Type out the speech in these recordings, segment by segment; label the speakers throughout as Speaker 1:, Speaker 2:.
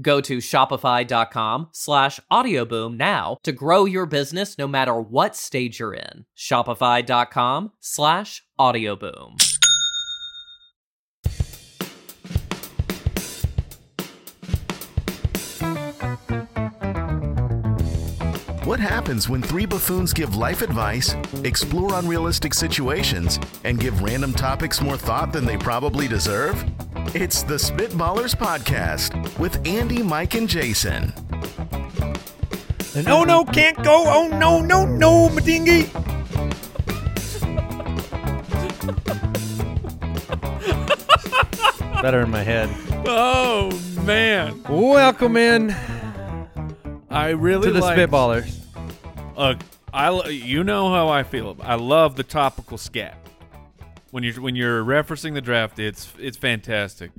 Speaker 1: Go to shopify.com slash audioboom now to grow your business no matter what stage you're in. Shopify.com slash audioboom.
Speaker 2: What happens when three buffoons give life advice, explore unrealistic situations, and give random topics more thought than they probably deserve? It's the Spitballers Podcast with Andy, Mike, and Jason.
Speaker 3: No, no, can't go. Oh, no, no, no, Madingy.
Speaker 4: Better in my head.
Speaker 3: Oh, man.
Speaker 4: Welcome in
Speaker 3: I really
Speaker 4: to the
Speaker 3: like,
Speaker 4: Spitballers.
Speaker 3: Uh, I, lo- you know how I feel. I love the topical scat. When you're when you're referencing the draft, it's it's fantastic.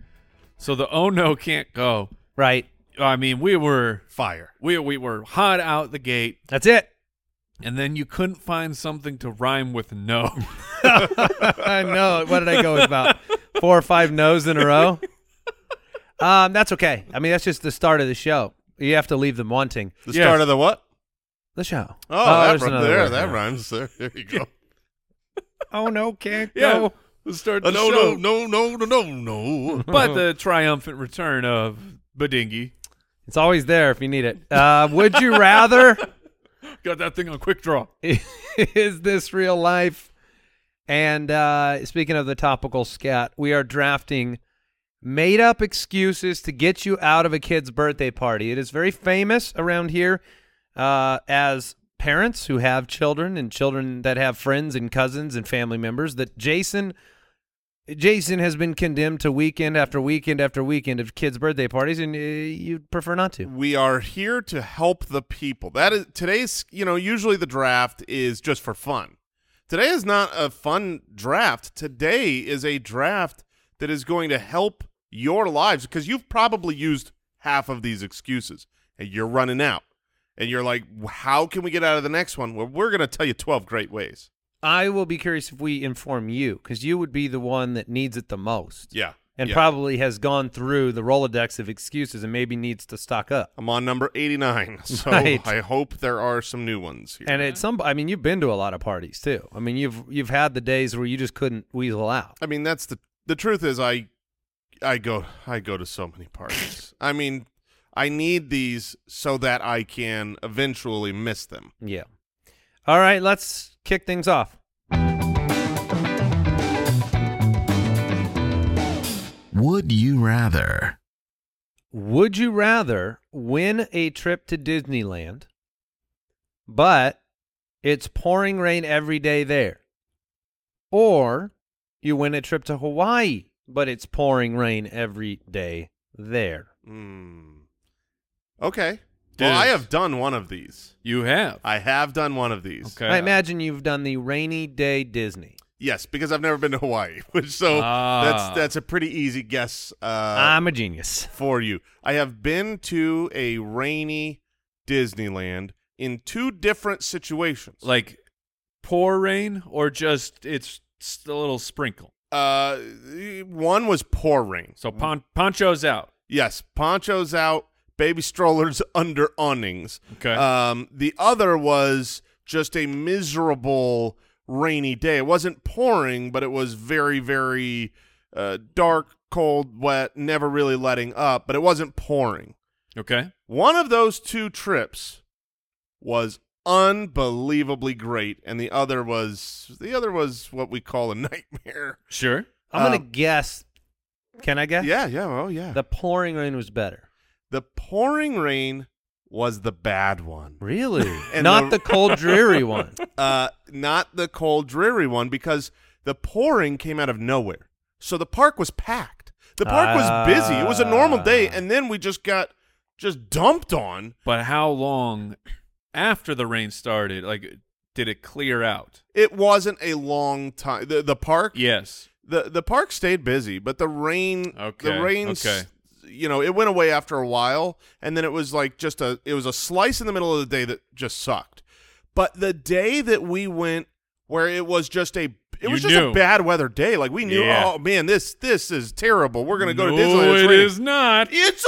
Speaker 3: So the oh no can't go.
Speaker 4: Right.
Speaker 3: I mean, we were
Speaker 5: fire.
Speaker 3: we we were hot out the gate,
Speaker 4: That's it.
Speaker 3: and then you couldn't find something to rhyme with no.
Speaker 4: I know. What did I go with about four or five no's in a row? Um, that's okay. I mean, that's just the start of the show. You have to leave them wanting.
Speaker 5: The
Speaker 3: Yes.
Speaker 5: start of the what?
Speaker 4: The show.
Speaker 5: Oh, that
Speaker 4: there's
Speaker 5: rhymes.
Speaker 4: another
Speaker 5: There,
Speaker 4: word.
Speaker 5: that rhymes. There, there you go.
Speaker 4: Oh no, can't
Speaker 3: yeah, oh,
Speaker 4: go.
Speaker 3: let's start
Speaker 5: Uh,
Speaker 3: the
Speaker 5: no,
Speaker 3: show.
Speaker 5: no, no, no, no, no, no.
Speaker 3: But the triumphant return of Badingy.
Speaker 4: It's always there if you need it. Uh, would you rather?
Speaker 3: Got that thing on quick draw.
Speaker 4: is this real life? And uh, speaking of the topical scat, we are drafting made up excuses to get you out of a kid's birthday party. It is very famous around here uh, as parents who have children and children that have friends and cousins and family members that Jason. Jason has been condemned to weekend after weekend after weekend of kids' birthday parties, and uh, you'd prefer not to.
Speaker 5: We are here to help the people. That is today's. You know, usually the draft is just for fun. Today is not a fun draft. Today is a draft that is going to help your lives because you've probably used half of these excuses and you're running out. And you're like, how can we get out of the next one? Well, we're going to tell you 12 great ways.
Speaker 4: I will be curious if we inform you, because you would be the one that needs it the most.
Speaker 5: Yeah.
Speaker 4: and
Speaker 5: yeah.
Speaker 4: probably has gone through the Rolodex of excuses and maybe needs to stock up.
Speaker 5: I'm on number 89, so
Speaker 4: Right.
Speaker 5: I hope there are some new ones here.
Speaker 4: And at some, I mean, you've been to a lot of parties too. I mean, you've you've had the days where you just couldn't weasel out.
Speaker 5: I mean, that's the the truth is I I go I go to so many parties. I mean, I need these so that I can eventually miss them.
Speaker 4: Yeah. All right, let's kick things off.
Speaker 2: Would you rather?
Speaker 4: Would you rather win a trip to Disneyland, but it's pouring rain every day there, or you win a trip to Hawaii, but it's pouring rain every day there?
Speaker 5: Mm. Okay. Well, I
Speaker 3: Dude.
Speaker 5: have done one of these.
Speaker 3: You have.
Speaker 5: I have done one of these.
Speaker 3: Okay.
Speaker 4: I imagine you've done the rainy day Disney.
Speaker 5: Yes, because I've never been to Hawaii, which so
Speaker 3: Ah.
Speaker 5: that's that's a pretty easy guess. Uh,
Speaker 4: I'm a genius.
Speaker 5: for you. I have been to a rainy Disneyland in two different situations.
Speaker 3: like pour rain or just it's s- a little sprinkle.
Speaker 5: Uh, one was pouring.
Speaker 3: So pon- Poncho's out.
Speaker 5: Yes, ponchos out, baby strollers under awnings.
Speaker 3: Okay.
Speaker 5: Um, the other was just a miserable rainy day. It wasn't pouring, but it was very, very uh, dark, cold, wet, never really letting up, but it wasn't pouring.
Speaker 3: Okay.
Speaker 5: One of those two trips was unbelievably great and the other was the other was what we call a nightmare.
Speaker 3: Sure.
Speaker 4: I'm gonna
Speaker 5: Um,
Speaker 4: guess. Can I guess?
Speaker 5: Yeah, yeah, oh yeah.
Speaker 4: The pouring rain was better.
Speaker 5: The pouring rain was the bad one.
Speaker 4: Really?
Speaker 5: And
Speaker 4: Not
Speaker 5: the-
Speaker 4: the cold, dreary one.
Speaker 5: Uh, not the cold, dreary one because the pouring came out of nowhere. So the park was packed. The park was busy. It was a normal day,
Speaker 4: Ah.
Speaker 5: and then we just got just dumped on.
Speaker 3: But how long after the rain started, like, did it clear out?
Speaker 5: It wasn't a long time. The the park
Speaker 3: Yes.
Speaker 5: the the park stayed busy, but the rain
Speaker 3: Okay,
Speaker 5: the rain s-
Speaker 3: okay.
Speaker 5: you know, it went away after a while and then it was like just a it was a slice in the middle of the day that just sucked. But the day that we went where it was just a it
Speaker 3: You
Speaker 5: was just
Speaker 3: knew.
Speaker 5: a bad weather day. Like we knew,
Speaker 3: Yeah.
Speaker 5: oh man, this this is terrible. We're gonna go
Speaker 3: no,
Speaker 5: to Disneyland. It's
Speaker 3: it
Speaker 5: raining."
Speaker 3: is not.
Speaker 5: It's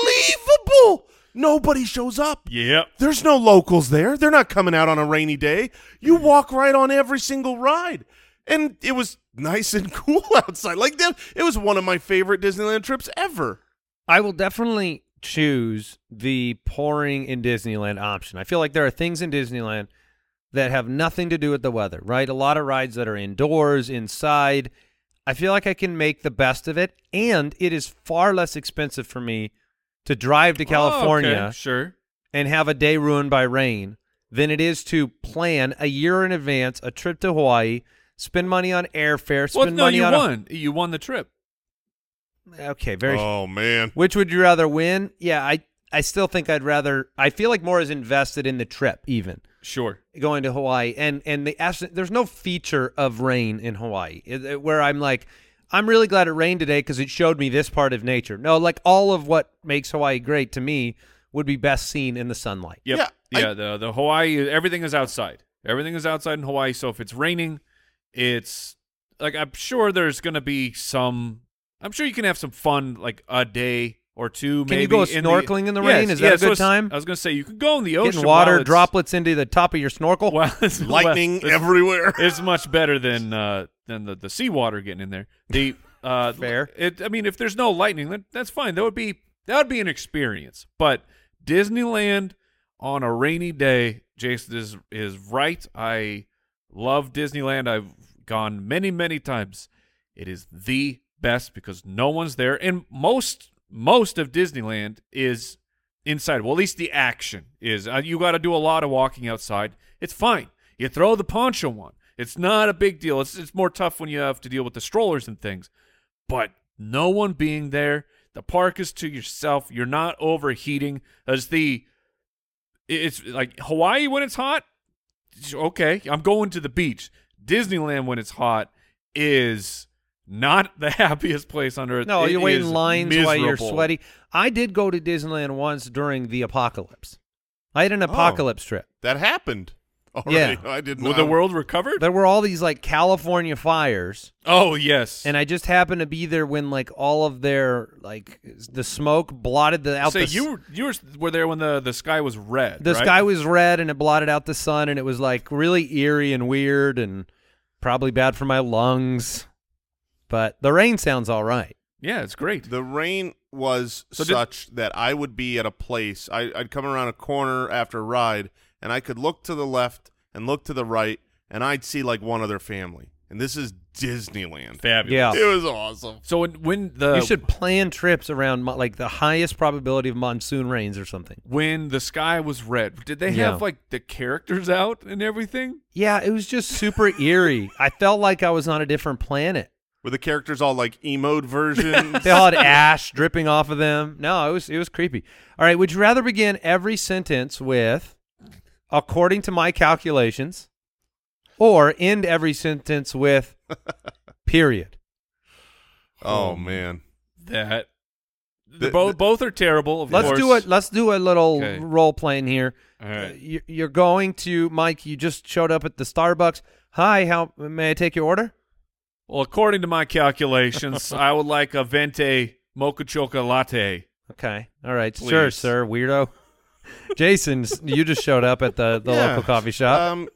Speaker 5: unbelievable. Nobody shows up.
Speaker 3: Yep.
Speaker 5: There's no locals there. They're not coming out on a rainy day. You walk right on every single ride. And it was nice and cool outside. Like that it was one of my favorite Disneyland trips ever.
Speaker 4: I will definitely choose the pouring in Disneyland option. I feel like there are things in Disneyland that have nothing to do with the weather, right? A lot of rides that are indoors, inside. I feel like I can make the best of it, and it is far less expensive for me to drive to
Speaker 3: Oh,
Speaker 4: California
Speaker 3: okay. Sure.
Speaker 4: and have a day ruined by rain than it is to plan a year in advance a trip to Hawaii, spend money on airfare, spend
Speaker 3: Well, no,
Speaker 4: money
Speaker 3: you
Speaker 4: on.
Speaker 3: won. You won the trip.
Speaker 4: A, okay, very
Speaker 5: oh man.
Speaker 4: Which would you rather win? Yeah, I I still think I'd rather. I feel like more is invested in the trip, even
Speaker 3: Sure.
Speaker 4: going to Hawaii, and and the absent. There's no feature of rain in Hawaii it- it- where I'm like, I'm really glad it rained today because it showed me this part of nature. No, like all of what makes Hawaii great to me would be best seen in the sunlight.
Speaker 3: Yep.
Speaker 5: Yeah, I-
Speaker 3: Yeah. the the Hawaii everything is outside. Everything is outside in Hawaii. So if it's raining, it's like I'm sure there's gonna be some. I'm sure you can have some fun like a day or two.
Speaker 4: Can
Speaker 3: maybe
Speaker 4: you go
Speaker 3: in
Speaker 4: snorkeling in the rain?
Speaker 3: Yes,
Speaker 4: Is that a
Speaker 3: yes, so
Speaker 4: good
Speaker 3: it's-
Speaker 4: time?
Speaker 3: I was gonna say you can go in the ocean.
Speaker 4: Getting water
Speaker 3: while it's-
Speaker 4: droplets into the top of your snorkel.
Speaker 3: while it's-
Speaker 5: Lightning
Speaker 3: it's-
Speaker 5: everywhere.
Speaker 3: It's much better than uh, than the, the seawater getting in there. The uh,
Speaker 4: Fair.
Speaker 3: It, I mean, if there's no lightning, that, that's fine. That would be that would be an experience. But Disneyland on a rainy day, Jason is is right. I love Disneyland. I've gone many many times. It is the best because no one's there, and most most of Disneyland is inside. Well, at least the action is. Uh, you got to do a lot of walking outside. It's fine. You throw the poncho on. It's not a big deal. It's it's more tough when you have to deal with the strollers and things. But no one being there, the park is to yourself. You're not overheating. As the it- it's like Hawaii when it's hot. Okay, I'm going to the beach. Disneyland when it's hot is not the happiest place on earth.
Speaker 4: No,
Speaker 3: It
Speaker 4: you wait in
Speaker 3: is
Speaker 4: lines while you're
Speaker 3: miserable.
Speaker 4: sweaty. I did go to Disneyland once during the apocalypse. I had an
Speaker 5: Oh.
Speaker 4: apocalypse trip.
Speaker 5: That happened. Already.
Speaker 4: Yeah.
Speaker 5: I didn't
Speaker 3: Well, the
Speaker 5: know.
Speaker 3: world recovered?
Speaker 4: There were all these like California fires,
Speaker 3: Oh yes.
Speaker 4: and I just happened to be there when like all of their like s- the smoke blotted the out.
Speaker 3: so
Speaker 4: the, s-
Speaker 3: you were- you were, were there when the, the sky was red.
Speaker 4: the
Speaker 3: right?
Speaker 4: sky was red and it blotted out the sun, and it was like really eerie and weird and probably bad for my lungs. But the rain sounds all right.
Speaker 3: yeah, it's great.
Speaker 5: The rain was
Speaker 3: So did-
Speaker 5: such that I would be at a place. I, I'd come around a corner after a ride, and I could look to the left and look to the right, and I'd see like one other family. And this is Disneyland.
Speaker 3: Fabulous.
Speaker 5: It was awesome.
Speaker 3: So when, when the
Speaker 4: you should plan trips around mo- like the highest probability of monsoon rains or something.
Speaker 3: when the sky was red, did they
Speaker 4: Yeah.
Speaker 3: have like the characters out and everything?
Speaker 4: Yeah, it was just super eerie. I felt like I was on a different planet.
Speaker 5: Were the characters all like emoed versions?
Speaker 4: They all had ash dripping off of them. No, it was it was creepy. All right, would you rather begin every sentence with according to my calculations or end every sentence with period?
Speaker 5: oh man.
Speaker 3: That
Speaker 5: The-
Speaker 3: both
Speaker 5: the-
Speaker 3: both are terrible. Of
Speaker 4: Let's
Speaker 3: course.
Speaker 4: do it. Let's do a little
Speaker 3: Okay.
Speaker 4: role playing here.
Speaker 3: All right.
Speaker 4: You- You're going to Mike. You just showed up at the Starbucks. Hi, how may I take your order?
Speaker 3: Well, according to my calculations, I would like a vente mocha choca latte.
Speaker 4: Okay. All right. Sure,
Speaker 3: Please.
Speaker 4: sir. Weirdo. Jason, s- you just showed up at the, the
Speaker 5: Yeah.
Speaker 4: local coffee shop.
Speaker 5: Um,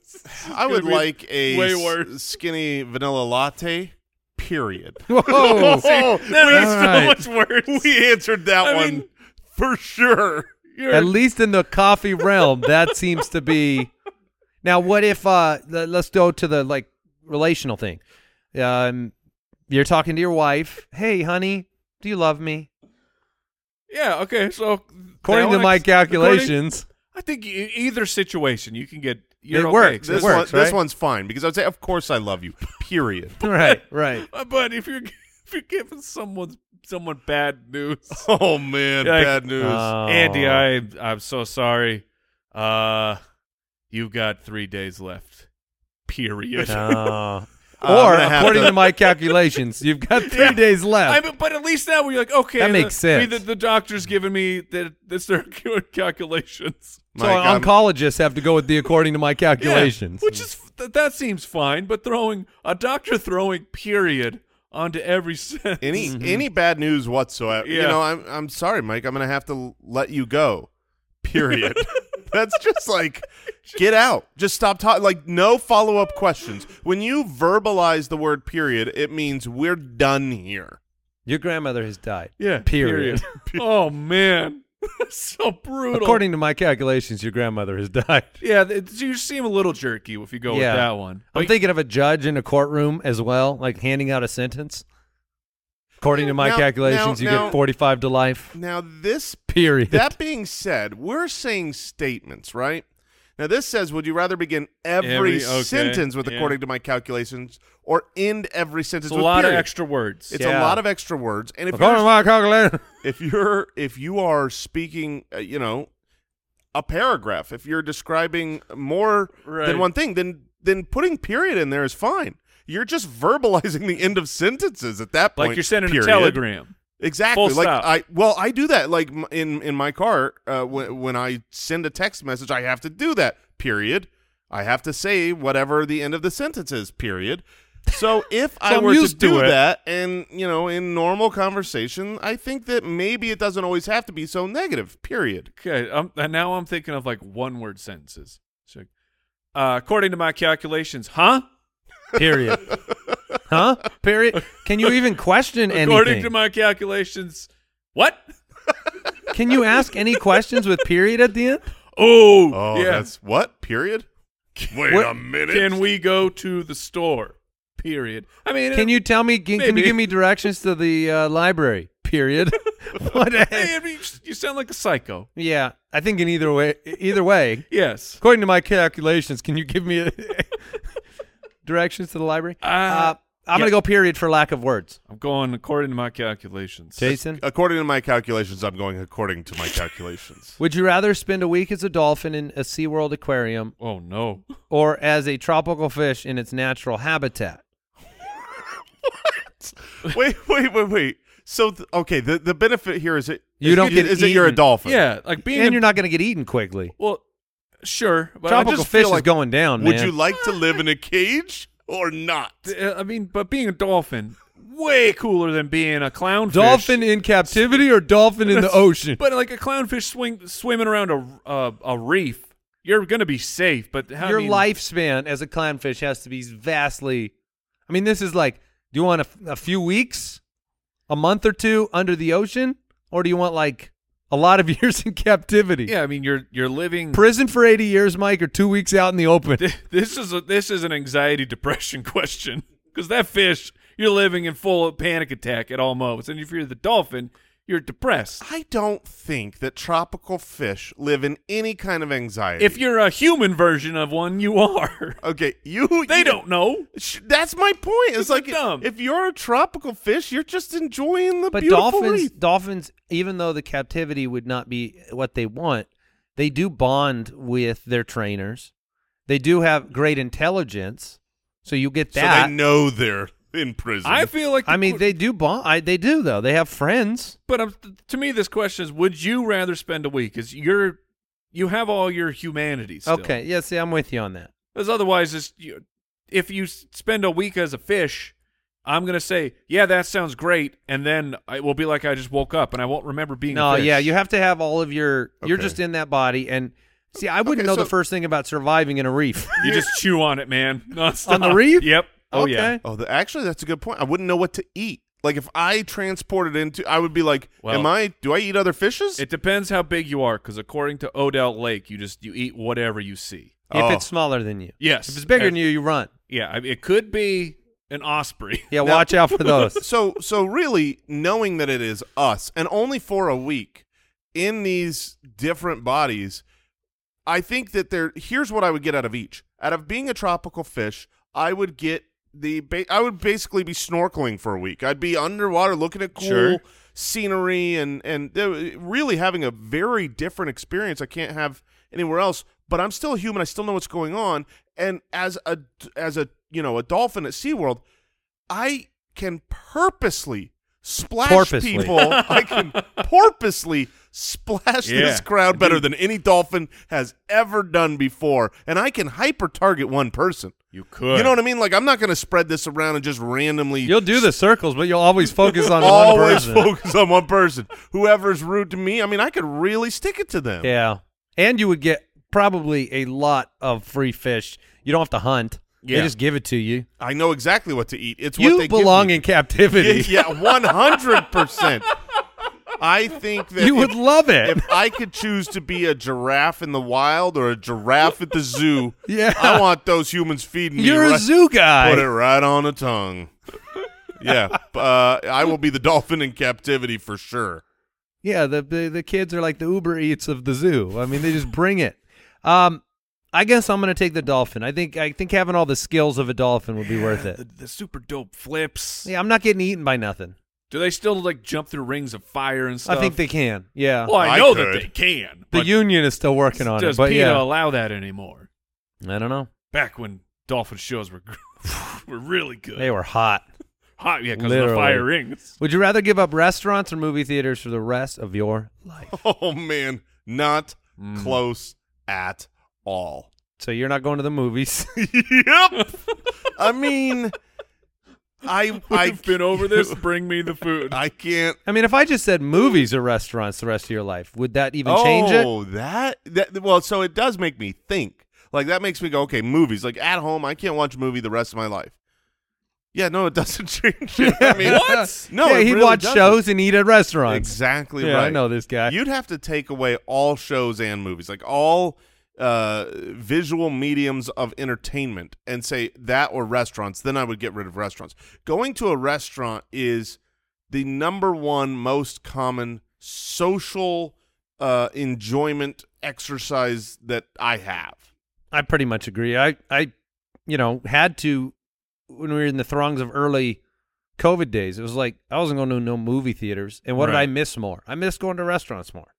Speaker 5: I would
Speaker 3: Uh, be
Speaker 5: like a
Speaker 3: way
Speaker 5: s-
Speaker 3: worse.
Speaker 5: skinny vanilla latte. Period.
Speaker 4: Uh, Whoa.
Speaker 5: Oh,
Speaker 3: That
Speaker 4: we-
Speaker 3: is so
Speaker 4: Alright.
Speaker 3: much worse.
Speaker 5: we answered that
Speaker 3: I
Speaker 5: one
Speaker 3: mean-
Speaker 5: for sure.
Speaker 3: You're-
Speaker 4: at least in the coffee realm, that seems to be. Now, what if uh, le- let's go to the like relational thing. Um, you're talking to your wife. Hey, honey, do you love me?
Speaker 3: yeah, okay. So
Speaker 4: According to
Speaker 3: Alex,
Speaker 4: my
Speaker 3: according-
Speaker 4: calculations,
Speaker 3: I think e- either situation you can get
Speaker 4: It
Speaker 3: you're okay,
Speaker 4: works.
Speaker 5: This
Speaker 3: This-
Speaker 4: works,
Speaker 5: one, this
Speaker 4: right?
Speaker 5: one's fine because I'd say, of course, I love you. Period.
Speaker 4: right, right.
Speaker 3: Uh, But if you're if you're giving someone's someone bad news,
Speaker 5: oh man,
Speaker 3: Like,
Speaker 5: bad news.
Speaker 4: Oh.
Speaker 3: Andy, I I'm so sorry. Uh, you got three days left. Period.
Speaker 4: No.
Speaker 5: I'm
Speaker 4: or
Speaker 5: gonna have
Speaker 4: according to...
Speaker 5: to-
Speaker 4: my calculations, you've got three
Speaker 3: Yeah.
Speaker 4: days
Speaker 3: I
Speaker 4: left.
Speaker 3: mean, but at least now we're like, okay,
Speaker 4: That
Speaker 3: the-
Speaker 4: makes sense.
Speaker 3: The, the doctor's giving me the, the circuit calculations.
Speaker 4: so
Speaker 5: Mike, I'm-
Speaker 4: oncologists have to go with the according to my
Speaker 3: Yeah,
Speaker 4: calculations.
Speaker 3: which is th- that seems fine, but throwing a doctor throwing period onto every sentence.
Speaker 5: any any bad news whatsoever. You
Speaker 3: Mm-hmm. Yeah.
Speaker 5: know, I'm I'm sorry, Mike. I'm gonna have to l- let you go. Period. That's just like get out. Just stop talking. Like no follow up questions. When you verbalize the word period, it means we're done here.
Speaker 4: Your grandmother has died.
Speaker 3: yeah,
Speaker 4: Period.
Speaker 3: oh man, so brutal.
Speaker 4: According to my calculations, your grandmother has died.
Speaker 3: yeah, th- you seem a little jerky if you go
Speaker 4: Yeah.
Speaker 3: with that one.
Speaker 4: I'm
Speaker 3: But-
Speaker 4: thinking of a judge in a courtroom as well, like handing out a sentence. According to my
Speaker 5: Now-
Speaker 4: calculations,
Speaker 5: now-
Speaker 4: you
Speaker 5: now-
Speaker 4: get 45 to life.
Speaker 5: Now this
Speaker 4: Period.
Speaker 5: That being said, we're saying statements, right? Now this says, would you rather begin every,
Speaker 3: Every- okay,
Speaker 5: sentence with
Speaker 3: yeah.
Speaker 5: according to my calculations or end every sentence
Speaker 3: it's a
Speaker 5: with
Speaker 3: lot
Speaker 5: period?
Speaker 3: of extra words.
Speaker 5: It's
Speaker 4: Yeah.
Speaker 5: a lot of extra words. And if
Speaker 4: According to
Speaker 5: you're,
Speaker 4: my calculations.
Speaker 5: if you're if you are speaking, uh, you know, a paragraph, if you're describing more
Speaker 3: Right.
Speaker 5: than one thing, then then putting period in there is fine. You're just verbalizing the end of sentences at that point.
Speaker 3: like you're sending
Speaker 5: period.
Speaker 3: a telegram.
Speaker 5: Exactly.
Speaker 3: Full
Speaker 5: like
Speaker 3: stop.
Speaker 5: I well, I do that like m- in in my car uh, when when I send a text message, I have to do that. Period. I have to say whatever the end of the sentence is. Period. So if I
Speaker 4: I'm
Speaker 5: were
Speaker 4: used
Speaker 5: to
Speaker 4: to
Speaker 5: do
Speaker 4: it.
Speaker 5: that, and you know, in normal conversation, I think that maybe it doesn't always have to be so negative. Period.
Speaker 3: Okay, um, and now I'm thinking of like one word sentences. So, uh, according to my calculations, huh?
Speaker 4: Period. huh? Period. Can you even question
Speaker 3: According
Speaker 4: anything?
Speaker 3: to my calculations, what?
Speaker 4: Can you ask any questions with period at the end?
Speaker 3: Oh,
Speaker 5: Oh,
Speaker 3: yeah.
Speaker 5: that's what. Period. Wait
Speaker 4: What-
Speaker 5: a minute.
Speaker 3: Can we go to the store? Period. I mean,
Speaker 4: Can you tell me? Can, can
Speaker 3: Maybe.
Speaker 4: you give me directions to the uh, library? Period. what?
Speaker 3: Hey, I mean, you sound like a psycho.
Speaker 4: yeah, I think in either way, either way,
Speaker 3: Yes.
Speaker 4: According to my calculations, can you give me a directions to the library?
Speaker 3: Uh,
Speaker 4: I'm
Speaker 3: yeah.
Speaker 4: gonna go period for lack of words.
Speaker 3: I'm going according to my calculations.
Speaker 4: Jason,
Speaker 5: According to my calculations, I'm going according to my calculations.
Speaker 4: would you rather spend a week as a dolphin in a SeaWorld aquarium
Speaker 3: Oh no.
Speaker 4: or as a tropical fish in its natural habitat?
Speaker 5: wait, wait, wait, wait. So th- okay, the the benefit here is it
Speaker 4: You
Speaker 5: is
Speaker 4: don't
Speaker 5: it-
Speaker 4: get
Speaker 5: is it you're a
Speaker 4: eaten.
Speaker 5: dolphin.
Speaker 3: Yeah, like being.
Speaker 4: and
Speaker 3: in-
Speaker 4: you're not gonna get eaten quickly.
Speaker 3: Well, sure, but I
Speaker 4: tropical
Speaker 3: just
Speaker 4: fish
Speaker 3: feel
Speaker 4: is
Speaker 3: like
Speaker 4: going down,
Speaker 5: Would
Speaker 4: man.
Speaker 5: you like to live in a cage or not?
Speaker 3: Uh, I mean, but being a dolphin, way cooler than being a clownfish.
Speaker 4: dolphin in captivity or dolphin in the ocean?
Speaker 3: But like a clownfish swing swimming around a uh, a reef, you're gonna be safe. But how,
Speaker 4: Your
Speaker 3: I mean,
Speaker 4: lifespan as a clownfish has to be vastly. I mean, this is like, do you want a, f- a few weeks, a month or two under the ocean, or do you want like a lot of years in captivity?
Speaker 3: Yeah, I mean, you're you're living.
Speaker 4: Prison for 80 years, Mike, or two weeks out in the open?
Speaker 3: Th- this is a, this is an anxiety depression question because that fish you're living in full panic attack at all moments, and if you're the dolphin, you're depressed.
Speaker 5: I don't think that tropical fish live in any kind of anxiety.
Speaker 3: If you're a human version of one, you are.
Speaker 4: Uh,
Speaker 5: okay, you
Speaker 3: They
Speaker 5: you-
Speaker 3: don't know.
Speaker 5: Sh- That's my point. It's, like
Speaker 3: dumb.
Speaker 5: if you're a tropical fish, you're just enjoying the
Speaker 4: But
Speaker 5: beautiful
Speaker 4: dolphins,
Speaker 5: reef.
Speaker 4: dolphins, even though the captivity would not be what they want, they do bond with their trainers. They do have great intelligence, so you get that.
Speaker 5: So they know they're in prison.
Speaker 3: I feel like
Speaker 4: I
Speaker 3: the
Speaker 4: mean,
Speaker 3: que-
Speaker 4: they do bond. I, they do though. They have friends.
Speaker 3: But um, th- to me, this question is: Would you rather spend a week? Is you're you have all your humanity. Still.
Speaker 4: Okay. Yeah. See, I'm with you on that.
Speaker 3: Because otherwise, it's you, if you s- spend a week as a fish, I'm gonna say, yeah, that sounds great, and then it will be like I just woke up and I won't remember being.
Speaker 4: No,
Speaker 3: a fish.
Speaker 4: yeah, you have to have all of your. You're
Speaker 5: Okay.
Speaker 4: just in that body, and see, I wouldn't
Speaker 5: Okay,
Speaker 4: know
Speaker 5: so-
Speaker 4: the first thing about surviving in a reef.
Speaker 3: You just chew on it, man. Nonstop.
Speaker 4: On the reef?
Speaker 3: Yep. Oh
Speaker 4: okay.
Speaker 3: yeah.
Speaker 5: Oh, the, actually, that's a good point. I wouldn't know what to eat. Like if I transported into, I would be like,
Speaker 3: Well-
Speaker 5: "Am I? Do I eat other fishes?"
Speaker 3: It depends how big you are, because according to Odell Lake, you just you eat whatever you see. Uh,
Speaker 5: Oh.
Speaker 4: If it's smaller than you,
Speaker 3: Yes.
Speaker 4: if it's bigger
Speaker 3: And-
Speaker 4: than you, you run.
Speaker 3: Yeah, I mean, it could be an osprey.
Speaker 4: Yeah, watch out for those.
Speaker 5: so, so really, knowing that it is us, and only for a week, in these different bodies, I think that there. Here's what I would get out of each. Out of being a tropical fish, I would get the. Ba- I would basically be snorkeling for a week. I'd be underwater looking at cool
Speaker 3: Sure.
Speaker 5: scenery and and uh, really having a very different experience. I can't have anywhere else. But I'm still a human. I still know what's going on. And as a as a you know a dolphin at SeaWorld, I can purposely splash
Speaker 4: Porpoisely.
Speaker 5: people. I can purposely splash
Speaker 3: Yeah.
Speaker 5: this crowd better than any dolphin has ever done before, and I can hyper target one person.
Speaker 3: You could.
Speaker 5: You know what I mean? Like I'm not going to spread this around and just randomly.
Speaker 4: You'll do the circles, but you'll always focus on one
Speaker 5: always
Speaker 4: person.
Speaker 5: focus on one person. Whoever's rude to me, I mean, I could really stick it to them.
Speaker 4: Yeah, and you would get probably a lot of free fish. You don't have to hunt.
Speaker 3: Yeah.
Speaker 4: They just give it to you.
Speaker 5: I know exactly what to eat. It's what
Speaker 4: you
Speaker 5: they give
Speaker 4: belong
Speaker 5: me.
Speaker 4: in captivity.
Speaker 5: Yeah, one hundred percent. I think that
Speaker 4: you
Speaker 5: if-
Speaker 4: would love it.
Speaker 5: if I could choose to be a giraffe in the wild or a giraffe at the zoo,
Speaker 4: Yeah.
Speaker 5: I want those humans feeding me.
Speaker 4: You're a
Speaker 5: right-
Speaker 4: zoo
Speaker 5: Put it
Speaker 4: guy.
Speaker 5: right on the tongue. yeah, uh, I will be the dolphin in captivity for sure.
Speaker 4: Yeah, the, the the kids are like the Uber Eats of the zoo. I mean, they just bring it. Um, I guess I'm gonna take the dolphin. I think I think having all the skills of a dolphin would be worth
Speaker 3: The,
Speaker 4: it.
Speaker 3: the super dope flips.
Speaker 4: Yeah, I'm not getting eaten by nothing.
Speaker 3: Do they still like jump through rings of fire and stuff?
Speaker 4: I think they can. Yeah,
Speaker 3: Well, I,
Speaker 5: I
Speaker 3: know
Speaker 5: could.
Speaker 3: that they can.
Speaker 4: the
Speaker 3: but
Speaker 4: union is still working on it,
Speaker 3: does
Speaker 4: but
Speaker 3: PETA
Speaker 4: yeah,
Speaker 3: allow that anymore?
Speaker 4: I don't know.
Speaker 3: Back when dolphin shows were were really good.
Speaker 4: They were hot.
Speaker 3: hot, yeah, because of the
Speaker 4: Literally.
Speaker 3: fire rings.
Speaker 4: Would you rather give up restaurants or movie theaters for the rest of your life?
Speaker 5: Oh man, not
Speaker 4: Hmm.
Speaker 3: Mm.
Speaker 5: close at all.
Speaker 4: So you're not going to the movies.
Speaker 5: yep. I mean, I
Speaker 3: I've
Speaker 5: I
Speaker 3: been over this. Bring me the food.
Speaker 5: I can't
Speaker 4: I mean, if I just said movies or restaurants the rest of your life, would that even change it?
Speaker 5: Oh, that that well, so it does make me think. Like that makes me go, okay, movies. Like at home, I can't watch a movie the rest of my life. Yeah, no, it doesn't change it. I mean,
Speaker 4: What?
Speaker 5: No,
Speaker 4: yeah,
Speaker 5: it
Speaker 4: he'd
Speaker 5: really
Speaker 4: watch
Speaker 5: doesn't.
Speaker 4: shows and eat at restaurants.
Speaker 5: Exactly
Speaker 4: Yeah,
Speaker 5: right.
Speaker 4: I know this guy.
Speaker 5: You'd have to take away all shows and movies, like all uh, visual mediums of entertainment, and say that or restaurants. Then I would get rid of restaurants. Going to a restaurant is the number one most common social uh, enjoyment exercise that I have.
Speaker 4: I pretty much agree. I, I, you know, had to when we were in the throngs of early COVID days. It was like I wasn't going to no movie theaters, and what did
Speaker 3: Right.
Speaker 4: I miss more? I missed going to restaurants more.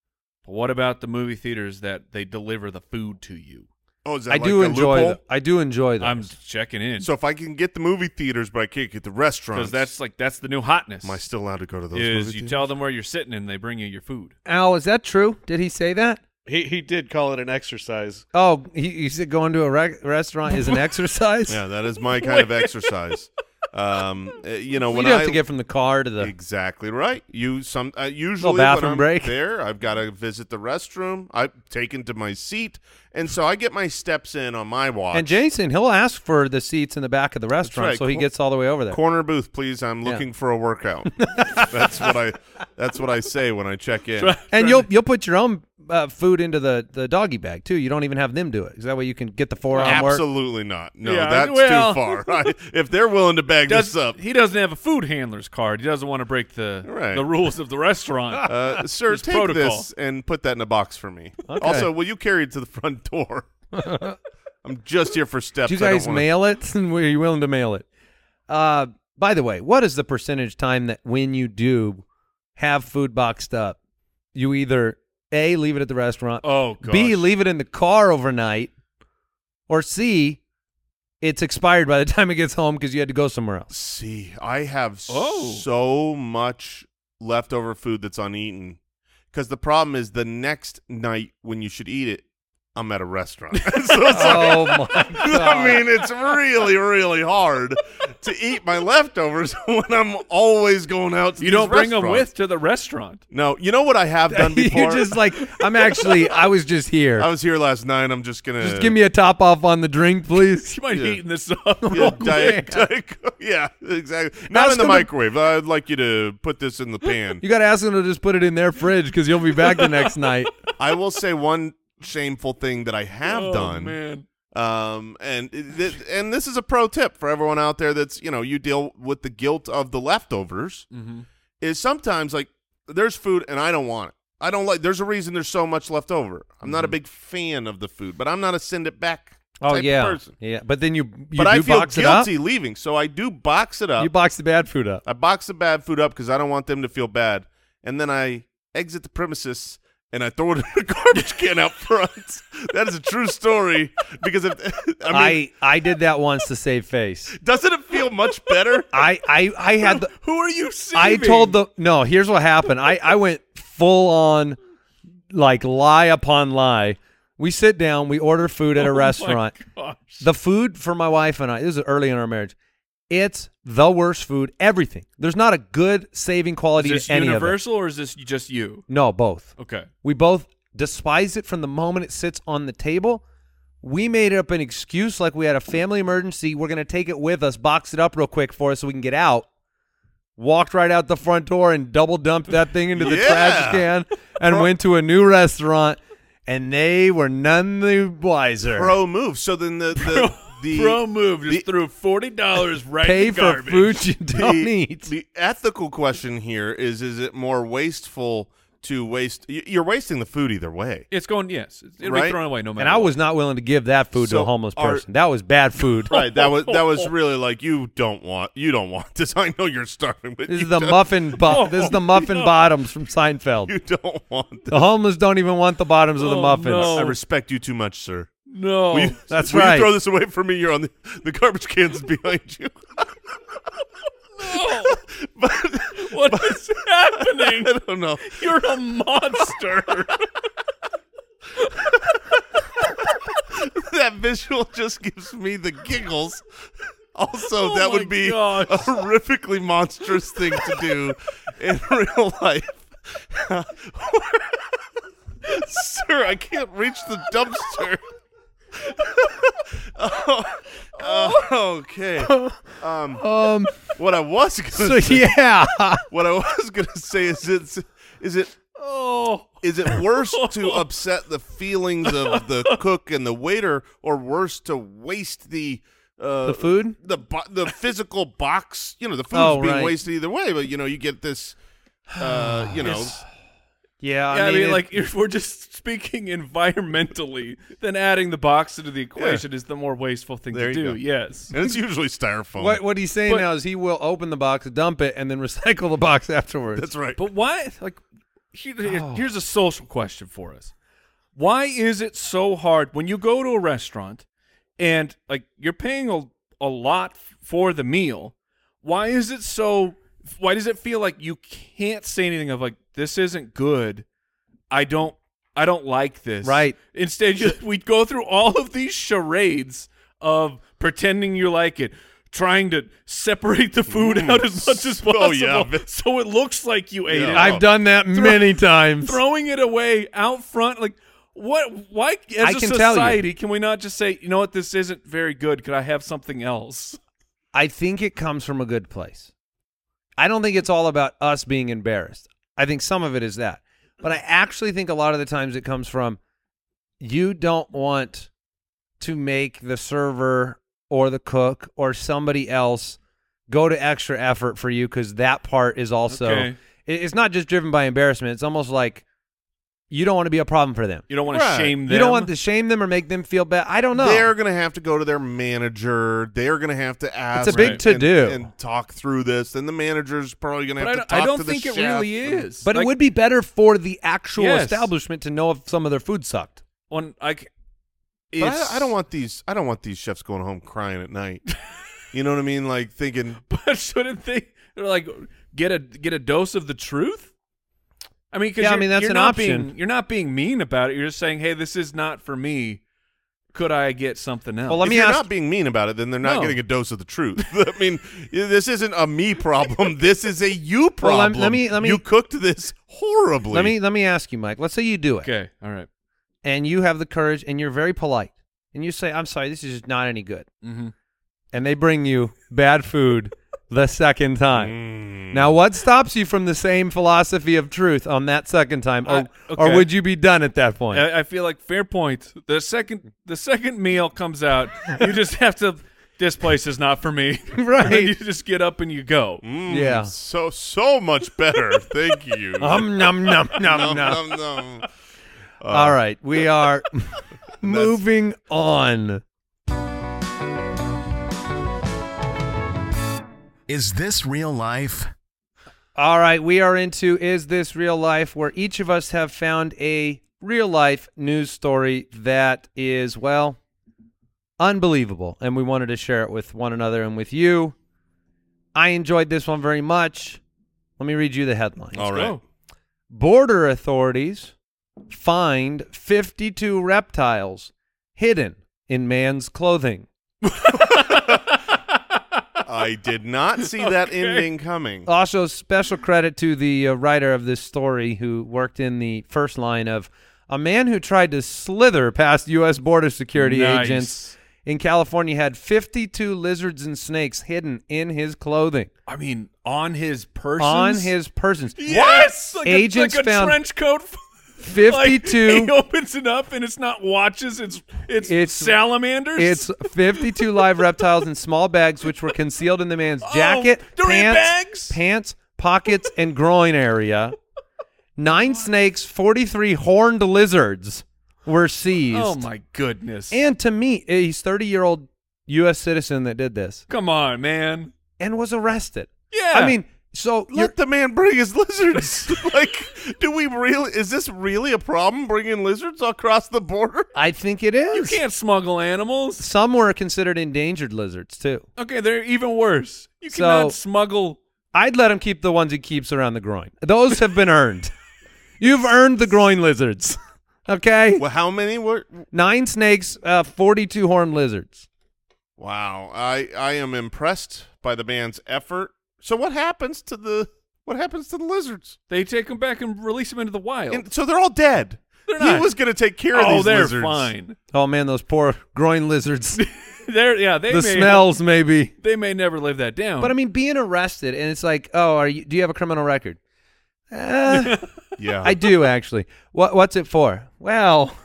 Speaker 3: what about the movie theaters that they deliver the food to you?
Speaker 5: Oh, is that
Speaker 4: I
Speaker 5: like
Speaker 4: do
Speaker 5: a
Speaker 4: enjoy.
Speaker 5: loophole?
Speaker 4: th- I do enjoy those.
Speaker 3: I'm checking in
Speaker 5: So if I can get the movie theaters, but I can't get the restaurants,
Speaker 3: because that's like that's the new hotness.
Speaker 5: am I still allowed to go to those?
Speaker 3: is
Speaker 5: movie
Speaker 3: you
Speaker 5: theaters?
Speaker 3: tell them where you're sitting and they bring you your food.
Speaker 4: Al, is that true? Did he say that?
Speaker 6: He he did call it an exercise.
Speaker 4: Oh, he, he said going to a rec- restaurant is an exercise.
Speaker 5: Yeah, that is my kind of exercise. Um, uh, you know,
Speaker 4: you
Speaker 5: when
Speaker 4: don't
Speaker 5: I
Speaker 4: have to get from the car to the.
Speaker 5: exactly right. You some uh, usually
Speaker 4: bathroom
Speaker 5: when I'm
Speaker 4: break.
Speaker 5: there, I've got to visit the restroom. I'm taken to my seat, and so I get my steps in on my watch.
Speaker 4: And Jason, he'll ask for the seats in the back of the restaurant,
Speaker 5: right.
Speaker 4: so he
Speaker 5: Cor-
Speaker 4: gets all the way over there.
Speaker 5: corner booth, please. I'm
Speaker 4: Yeah.
Speaker 5: looking for a workout. that's what I. That's what I say when I check in.
Speaker 4: and you'll you'll put your own uh, food into the, the doggy bag too. You don't even have them do it. Is that way you can get the four on work?
Speaker 5: Absolutely not. No,
Speaker 3: Yeah,
Speaker 5: that's
Speaker 3: well-
Speaker 5: too far. I, if they're willing to bag this up,
Speaker 3: He doesn't have a food handler's card. He doesn't want to break the
Speaker 5: Right.
Speaker 3: the rules of the restaurant.
Speaker 5: uh, sir,
Speaker 3: It's
Speaker 5: take
Speaker 3: protocol.
Speaker 5: this and put that in a box for me. Also, will you carry it to the front door? I'm just here for steps.
Speaker 4: Do you
Speaker 5: I don't
Speaker 4: guys
Speaker 5: wanna-
Speaker 4: mail it? And Are you willing to mail it? Uh, by the way, what is the percentage time that when you do have food boxed up, you either a leave it at the restaurant,
Speaker 3: oh gosh.
Speaker 4: b leave it in the car overnight, or c it's expired by the time it gets home because you had to go somewhere else.
Speaker 5: See, I have
Speaker 3: Oh.
Speaker 5: so much leftover food that's uneaten. Because the problem is the next night when you should eat it, I'm at a restaurant. so it's like,
Speaker 4: Oh my god!
Speaker 5: I mean, it's really, really hard to eat my leftovers when I'm always going out. To
Speaker 3: You
Speaker 5: these
Speaker 3: don't bring them
Speaker 5: restaurants.
Speaker 3: with to the restaurant.
Speaker 5: No, you know what I have done before.
Speaker 4: You're just like I'm actually. I was just here.
Speaker 5: I was here last night. I'm just gonna
Speaker 4: just give me a top off on the drink, please.
Speaker 3: You might
Speaker 5: Yeah.
Speaker 3: be eating this up.
Speaker 5: yeah,
Speaker 3: real
Speaker 5: diet,
Speaker 3: quick.
Speaker 5: diet Coke. Yeah, exactly. Not
Speaker 4: Ask
Speaker 5: in the
Speaker 4: him to-
Speaker 5: microwave. I'd like you to put this in the pan.
Speaker 4: You got to ask them to just put it in their fridge because you'll be back the next night.
Speaker 5: I will say one shameful thing that I have
Speaker 3: Oh,
Speaker 5: done.
Speaker 3: man.
Speaker 5: Um, and it- th- and this is a pro tip for everyone out there that's you know you deal with the guilt of the leftovers.
Speaker 4: Mm-hmm.
Speaker 5: Is sometimes like there's food and I don't want it. I don't like. There's a reason there's so much left over. I'm
Speaker 4: Mm-hmm.
Speaker 5: not a big fan of the food, but I'm not a send it back. type of person.
Speaker 4: Oh, yeah. But then you you
Speaker 5: but
Speaker 4: do
Speaker 5: I feel
Speaker 4: box
Speaker 5: guilty leaving, so I do box it
Speaker 4: it up.
Speaker 5: up.
Speaker 4: You box the bad food up.
Speaker 5: I box the bad food up because I don't want them to feel bad. And then I exit the premises and I throw it in the garbage can out front. That is a true story because if, I mean,
Speaker 4: I I did that once to save face.
Speaker 5: doesn't it feel much better?
Speaker 4: I I I had the
Speaker 3: Who are you saving?
Speaker 4: I told the no. Here's what happened. I I went full on, like lie upon lie. We sit down. We order food
Speaker 5: Oh
Speaker 4: at a restaurant.
Speaker 3: Oh, Gosh.
Speaker 4: The food for my wife and I. This is early in our marriage. It's the worst food. Everything. There's not a good saving
Speaker 3: Is
Speaker 4: quality
Speaker 3: this
Speaker 4: to any of
Speaker 3: universal or is this just you?
Speaker 4: it. No, both.
Speaker 3: Okay.
Speaker 4: We both despise it from the moment it sits on the table. We made up an excuse like we had a family emergency. We're going to take it with us, box it up real quick for us so we can get out. Walked right out the front door and double dumped that thing into the
Speaker 5: Yeah.
Speaker 4: trash can and went to a new restaurant, and they were none the wiser.
Speaker 5: Pro move. So then the the the,
Speaker 3: Pro move just
Speaker 5: the-
Speaker 3: threw forty dollars right.
Speaker 4: Pay
Speaker 3: in the
Speaker 4: for
Speaker 3: garbage.
Speaker 4: food you don't
Speaker 5: the-
Speaker 4: eat.
Speaker 5: the ethical question here is: Is it more wasteful to waste? y- You're wasting the food either way.
Speaker 3: It's going. Yes, it'll
Speaker 5: Right?
Speaker 3: be thrown away no matter.
Speaker 4: and I
Speaker 3: what.
Speaker 4: was not willing to give that food to
Speaker 5: So
Speaker 4: a homeless
Speaker 5: are-
Speaker 4: person. that was bad food.
Speaker 5: Right. That was that was really like you don't want you don't want this. I know you're starving, but
Speaker 4: This
Speaker 5: you
Speaker 4: is the
Speaker 5: don't-
Speaker 4: muffin. Bu- this is the muffin bottoms from Seinfeld.
Speaker 5: You don't want
Speaker 4: The homeless don't even want the bottoms of the
Speaker 3: Oh,
Speaker 4: muffins.
Speaker 3: no.
Speaker 5: I respect you too much, sir.
Speaker 3: no.
Speaker 5: Will you-
Speaker 4: that's
Speaker 5: will you
Speaker 4: right.
Speaker 5: throw this away for me. You're on the, the garbage cans behind you.
Speaker 3: what is happening?
Speaker 5: I don't know.
Speaker 3: You're a monster.
Speaker 5: That visual just gives me the giggles. Also,
Speaker 3: Oh
Speaker 5: that
Speaker 3: my
Speaker 5: would be
Speaker 3: gosh.
Speaker 5: a horrifically monstrous thing to do in real life. Sir, I can't reach the dumpster. oh, okay.
Speaker 4: Um.
Speaker 5: What I was gonna
Speaker 4: So
Speaker 5: say,
Speaker 4: yeah.
Speaker 5: what I was gonna say is it's is it
Speaker 3: oh,
Speaker 5: Is it worse to upset the feelings of the cook and the waiter, or worse to waste the uh,
Speaker 4: The food?
Speaker 5: the bo- the physical box? You know, the food's
Speaker 4: Oh,
Speaker 5: being
Speaker 4: right.
Speaker 5: wasted either way, but you know, you get this. Uh, you know,
Speaker 4: Yeah.
Speaker 3: yeah. I mean,
Speaker 4: it-
Speaker 3: like if we're just speaking environmentally, then adding the box into the equation is the more wasteful thing
Speaker 5: There
Speaker 3: to
Speaker 5: you
Speaker 3: do.
Speaker 5: go.
Speaker 3: Yes.
Speaker 5: and it's usually styrofoam.
Speaker 4: what what he's saying
Speaker 3: But-
Speaker 4: now is he will open the box, dump it, and then recycle the box afterwards.
Speaker 5: That's right. Oh.
Speaker 3: But why? Like, here, here- here's a social question for us. Why is it so hard when you go to a restaurant and like you're paying a, a lot f- for the meal? Why is it so? Why does it feel like you can't say anything of like this isn't good? I don't. I don't like this.
Speaker 4: Right.
Speaker 3: Instead, you, we go through all of these charades of pretending you like it, trying to separate the food out as much as possible,
Speaker 5: Mm. Oh, yeah.
Speaker 3: so it looks like you ate it.
Speaker 5: Yeah.
Speaker 4: I've done that many times.
Speaker 3: throwing it away out front. Like, what? Why, as
Speaker 4: I
Speaker 3: a
Speaker 4: can tell you.
Speaker 3: society, can we not just say, you know what, this isn't very good? Could I have something else?
Speaker 4: I think it comes from a good place. I don't think it's all about us being embarrassed. I think some of it is that. But I actually think a lot of the times it comes from you don't want to make the server or the cook or somebody else go to extra effort for you because that part is also,
Speaker 3: Okay.
Speaker 4: it- it's not just driven by embarrassment. It's almost like you don't want to be a problem for them.
Speaker 3: You don't want
Speaker 5: Right.
Speaker 3: to shame them.
Speaker 4: You don't want to shame them or make them feel bad. I don't know.
Speaker 5: They're gonna have to go to their manager. They're gonna have to ask.
Speaker 4: big
Speaker 5: and-
Speaker 4: to-do.
Speaker 5: and talk through this. Then the manager's probably gonna
Speaker 3: But
Speaker 5: have
Speaker 3: I
Speaker 5: to
Speaker 3: don't,
Speaker 5: talk
Speaker 3: I don't
Speaker 5: to the
Speaker 3: think it
Speaker 5: chef
Speaker 3: really
Speaker 5: and-
Speaker 3: is.
Speaker 4: But
Speaker 3: Like,
Speaker 4: it would be better for the actual
Speaker 3: Yes.
Speaker 4: establishment to know if some of their food sucked.
Speaker 3: on like.
Speaker 5: But
Speaker 3: it's-
Speaker 5: I, I don't want these. I don't want these chefs going home crying at night. you know what I mean? Like thinking,
Speaker 3: But shouldn't they? They're like, get a get a dose of the truth. I mean, 'cause
Speaker 4: Yeah, I
Speaker 3: you're-
Speaker 4: mean, that's
Speaker 3: you're
Speaker 4: an
Speaker 3: not
Speaker 4: option.
Speaker 3: Being, you're not being mean about it. You're just saying, "Hey, this is not for me. Could I get something else?"
Speaker 4: Well, let
Speaker 5: if
Speaker 4: me
Speaker 5: you're
Speaker 4: ask-
Speaker 5: not being mean about it, then they're not
Speaker 3: No.
Speaker 5: getting a dose of the truth. I mean, this isn't a me problem. this is a you
Speaker 4: Well, lem-
Speaker 5: problem.
Speaker 4: let me- let me-
Speaker 5: You cooked this horribly.
Speaker 4: Let me let me ask you, Mike. Let's say you do it,
Speaker 3: okay, all right.
Speaker 4: and you have the courage, and you're very polite, and you say, "I'm sorry, this is just not any good,"
Speaker 3: Mm-hmm.
Speaker 4: and they bring you bad food the second time.
Speaker 3: Mm.
Speaker 4: Now, what stops you from the same philosophy of truth on that second time, or,
Speaker 3: I-
Speaker 4: or
Speaker 3: okay. Uh,
Speaker 4: would you be done at that point?
Speaker 3: I, I feel like fair point. The second the second meal comes out, you just have to. This place is not for me.
Speaker 4: Right.
Speaker 3: And you just get up and you go.
Speaker 5: Mm,
Speaker 4: Yeah.
Speaker 5: So so much better. Thank you.
Speaker 4: um, num num num num.
Speaker 5: Nom, nom, nom.
Speaker 4: All right, we are moving on.
Speaker 2: Is this real life?
Speaker 4: All right, we are into Is This Real Life, where each of us have found a real life news story that is, well, unbelievable. And we wanted to share it with one another and with you. I enjoyed this one very much. Let me read you the headline
Speaker 5: All right.
Speaker 3: go.
Speaker 4: Border authorities find 52 reptiles hidden in man's clothing.
Speaker 5: I did not see that ending coming.
Speaker 4: Also, special credit to the uh, writer of this story who worked in the first line of a man who tried to slither past U.S. border security
Speaker 3: Nice.
Speaker 4: agents in California had 52 lizards and snakes hidden in his clothing
Speaker 3: I mean, on his person.
Speaker 4: on his persons.
Speaker 3: Yes. Like
Speaker 4: Agents
Speaker 3: a, like a
Speaker 4: found
Speaker 3: trench coat. Like,
Speaker 4: 52.
Speaker 3: he opens it up and it's not watches. It's it's,
Speaker 4: It's-
Speaker 3: salamanders.
Speaker 4: It's 52 live reptiles in small bags, which were concealed in the man's
Speaker 3: Oh,
Speaker 4: jacket,
Speaker 3: they're in
Speaker 4: pants,
Speaker 3: bags?
Speaker 4: pants, pockets, and groin area. Nine snakes, 43 horned lizards were seized.
Speaker 3: oh my goodness.
Speaker 4: And to me, he's 30 year old U.S. citizen that did this
Speaker 3: Come on, man.
Speaker 4: and was arrested.
Speaker 3: Yeah.
Speaker 4: I mean, so you're-
Speaker 5: Let the man bring his lizards. like, do we really? Is this really a problem bringing lizards across the border?
Speaker 4: I think it is.
Speaker 3: you can't smuggle animals.
Speaker 4: Some were considered endangered lizards too.
Speaker 3: Okay, they're even worse. You
Speaker 4: So-
Speaker 3: cannot smuggle.
Speaker 4: I'd let him keep the ones he keeps around the groin. Those have been earned. You've earned the groin lizards. Okay?
Speaker 5: Well, how many were?
Speaker 4: Nine snakes, uh, 42 horned lizards.
Speaker 5: Wow, I I am impressed by the man's effort. So what happens to the what happens to the lizards?
Speaker 3: They take them back and release them into the wild.
Speaker 5: And, so they're all dead.
Speaker 3: They're
Speaker 5: He
Speaker 3: not.
Speaker 5: was going to take care of
Speaker 3: oh,
Speaker 5: these
Speaker 3: they're
Speaker 5: lizards.
Speaker 3: fine.
Speaker 4: Oh man, those poor groin lizards.
Speaker 3: They're yeah. They
Speaker 4: the
Speaker 3: may, Oh.
Speaker 4: smells maybe.
Speaker 3: They may never live that down.
Speaker 4: But I mean being arrested and it's like, "Oh, are you do you have a criminal record?" Uh,
Speaker 5: Yeah,
Speaker 4: I do actually. What what's it for? Well,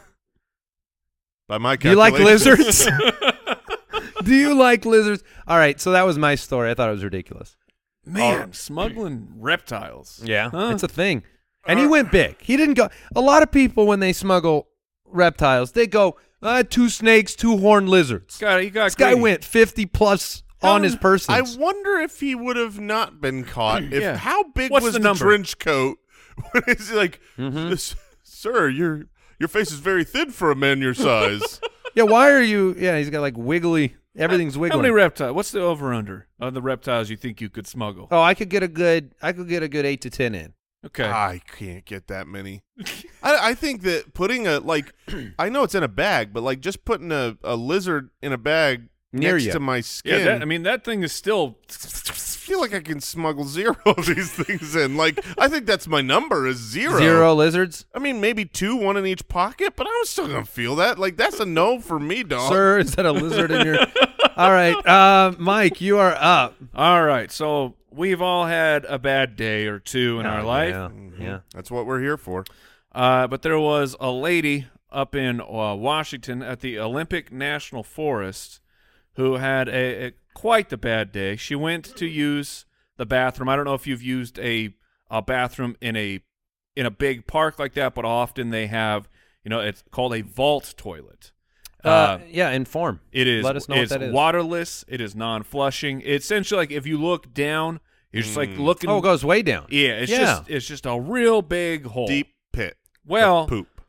Speaker 5: by my
Speaker 4: do you like
Speaker 5: calculations.
Speaker 4: lizards? do you like lizards? All right, so that was my story. I thought it was ridiculous.
Speaker 3: man,
Speaker 5: uh,
Speaker 3: smuggling reptiles. Huh?
Speaker 4: It's a thing. And he went big. He didn't go. A lot of people, when they smuggle reptiles, they go, uh, two snakes, two horned lizards.
Speaker 3: God, he got
Speaker 4: this guy
Speaker 3: greedy.
Speaker 4: went 50 plus on his person.
Speaker 5: I wonder if he would have not been caught. If
Speaker 3: Yeah.
Speaker 5: how big
Speaker 3: What's
Speaker 5: was
Speaker 3: the
Speaker 5: the,
Speaker 3: number? Mm-hmm.
Speaker 5: trench coat? When it's like, "This- sir, your your face is very thin for a man your size.
Speaker 4: yeah, why are you? Yeah, he's got like wiggly. Everything's
Speaker 3: How
Speaker 4: wiggling.
Speaker 3: many reptiles? What's the over under on the reptiles you think you could smuggle?
Speaker 4: oh, I could get a good. I could get a good eight to ten in.
Speaker 3: Okay.
Speaker 5: I can't get that many. I, I think that putting a like, I know it's in a bag, but like just putting a, a lizard in a bag
Speaker 4: Near
Speaker 5: next
Speaker 4: you.
Speaker 5: to my
Speaker 3: yeah,
Speaker 5: skin.
Speaker 3: that, I mean that thing is still.
Speaker 5: I feel like I can smuggle zero of these things in. Like I think that's my number is zero.
Speaker 4: Zero lizards,
Speaker 5: I mean, maybe two, one in each pocket, but I'm still gonna feel that. Like that's a no for me, dog.
Speaker 4: sir. Is that a lizard in your? All right, uh, Mike, you are up.
Speaker 3: All right, so we've all had a bad day or two in our life.
Speaker 4: Oh, Yeah, yeah.
Speaker 5: That's what we're here for.
Speaker 3: Uh, but there was a lady up in uh, Washington at the Olympic National Forest who had a, a quite the bad day. She went to use the bathroom. I don't know if you've used a a bathroom in a in a big park like that, but often they have, you know, it's called a vault toilet.
Speaker 4: Uh, yeah. Inform.
Speaker 3: It is.
Speaker 4: Let us know
Speaker 3: it's
Speaker 4: what that is.
Speaker 3: waterless. It is non-flushing. It's essentially like if you look down, you're just like looking.
Speaker 4: Oh, it goes way down.
Speaker 3: Yeah, it's
Speaker 4: Yeah.
Speaker 3: just it's just a real big hole.
Speaker 5: Deep pit. of
Speaker 3: Oh. Well,
Speaker 5: poop.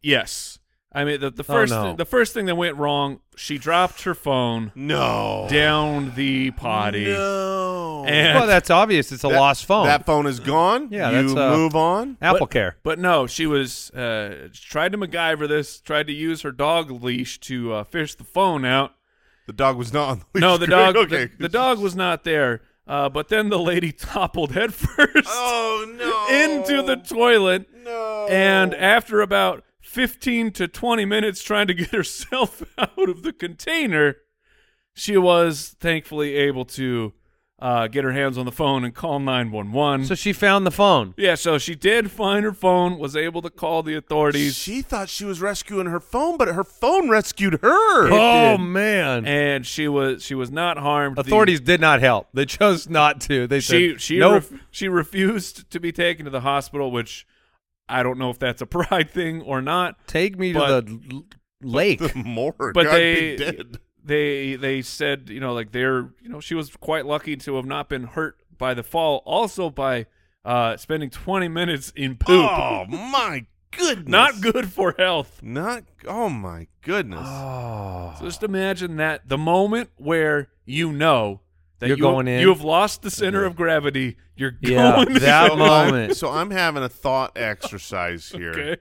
Speaker 3: yes. I mean, the,
Speaker 4: Oh,
Speaker 3: the first
Speaker 4: no.
Speaker 3: the first thing that went wrong, she dropped her phone
Speaker 5: No.
Speaker 3: down the potty,
Speaker 5: No.
Speaker 3: and
Speaker 4: Well, that's obvious. It's a
Speaker 5: That-
Speaker 4: lost phone.
Speaker 5: That phone is gone.
Speaker 4: Yeah,
Speaker 5: you
Speaker 4: that's, uh,
Speaker 5: move on.
Speaker 4: Apple Care.
Speaker 3: But no, she was uh, tried to MacGyver this. Tried to use her dog leash to uh, fish the phone out.
Speaker 5: The dog was not on the
Speaker 3: No,
Speaker 5: leash.
Speaker 3: the dog.
Speaker 5: okay.
Speaker 3: the, the dog was not there. Uh, but then the lady toppled headfirst
Speaker 5: Oh no.
Speaker 3: into the toilet,
Speaker 5: no.
Speaker 3: and after about fifteen to twenty minutes trying to get herself out of the container, she was thankfully able to uh, get her hands on the phone and call nine one one.
Speaker 4: So she found the phone.
Speaker 3: Yeah, so she did find her phone, was able to call the authorities.
Speaker 5: she thought she was rescuing her phone, but her phone rescued her.
Speaker 4: Oh man.
Speaker 3: and she was she was not harmed. The-
Speaker 4: Authorities did not help. They chose not to. They said
Speaker 3: she she
Speaker 4: no.
Speaker 3: ref- she refused to be taken to the hospital, which I don't know if that's a pride thing or not.
Speaker 4: take me
Speaker 3: but-
Speaker 4: to the l- lake.
Speaker 5: More.
Speaker 3: But
Speaker 5: God
Speaker 3: they
Speaker 5: be dead.
Speaker 3: they they said you know like they're you know she was quite lucky to have not been hurt by the fall, also by uh spending twenty minutes in poop.
Speaker 5: Oh my goodness.
Speaker 3: Not good Oh. for health.
Speaker 5: Not. Oh my goodness.
Speaker 4: Oh.
Speaker 3: So just imagine that the moment where you know that
Speaker 4: You're
Speaker 3: you have-
Speaker 4: going in.
Speaker 3: you have lost the center of gravity. You're
Speaker 4: Yeah,
Speaker 3: going to
Speaker 4: that
Speaker 5: So I'm,
Speaker 4: moment.
Speaker 5: so I'm having a thought exercise here
Speaker 3: Okay.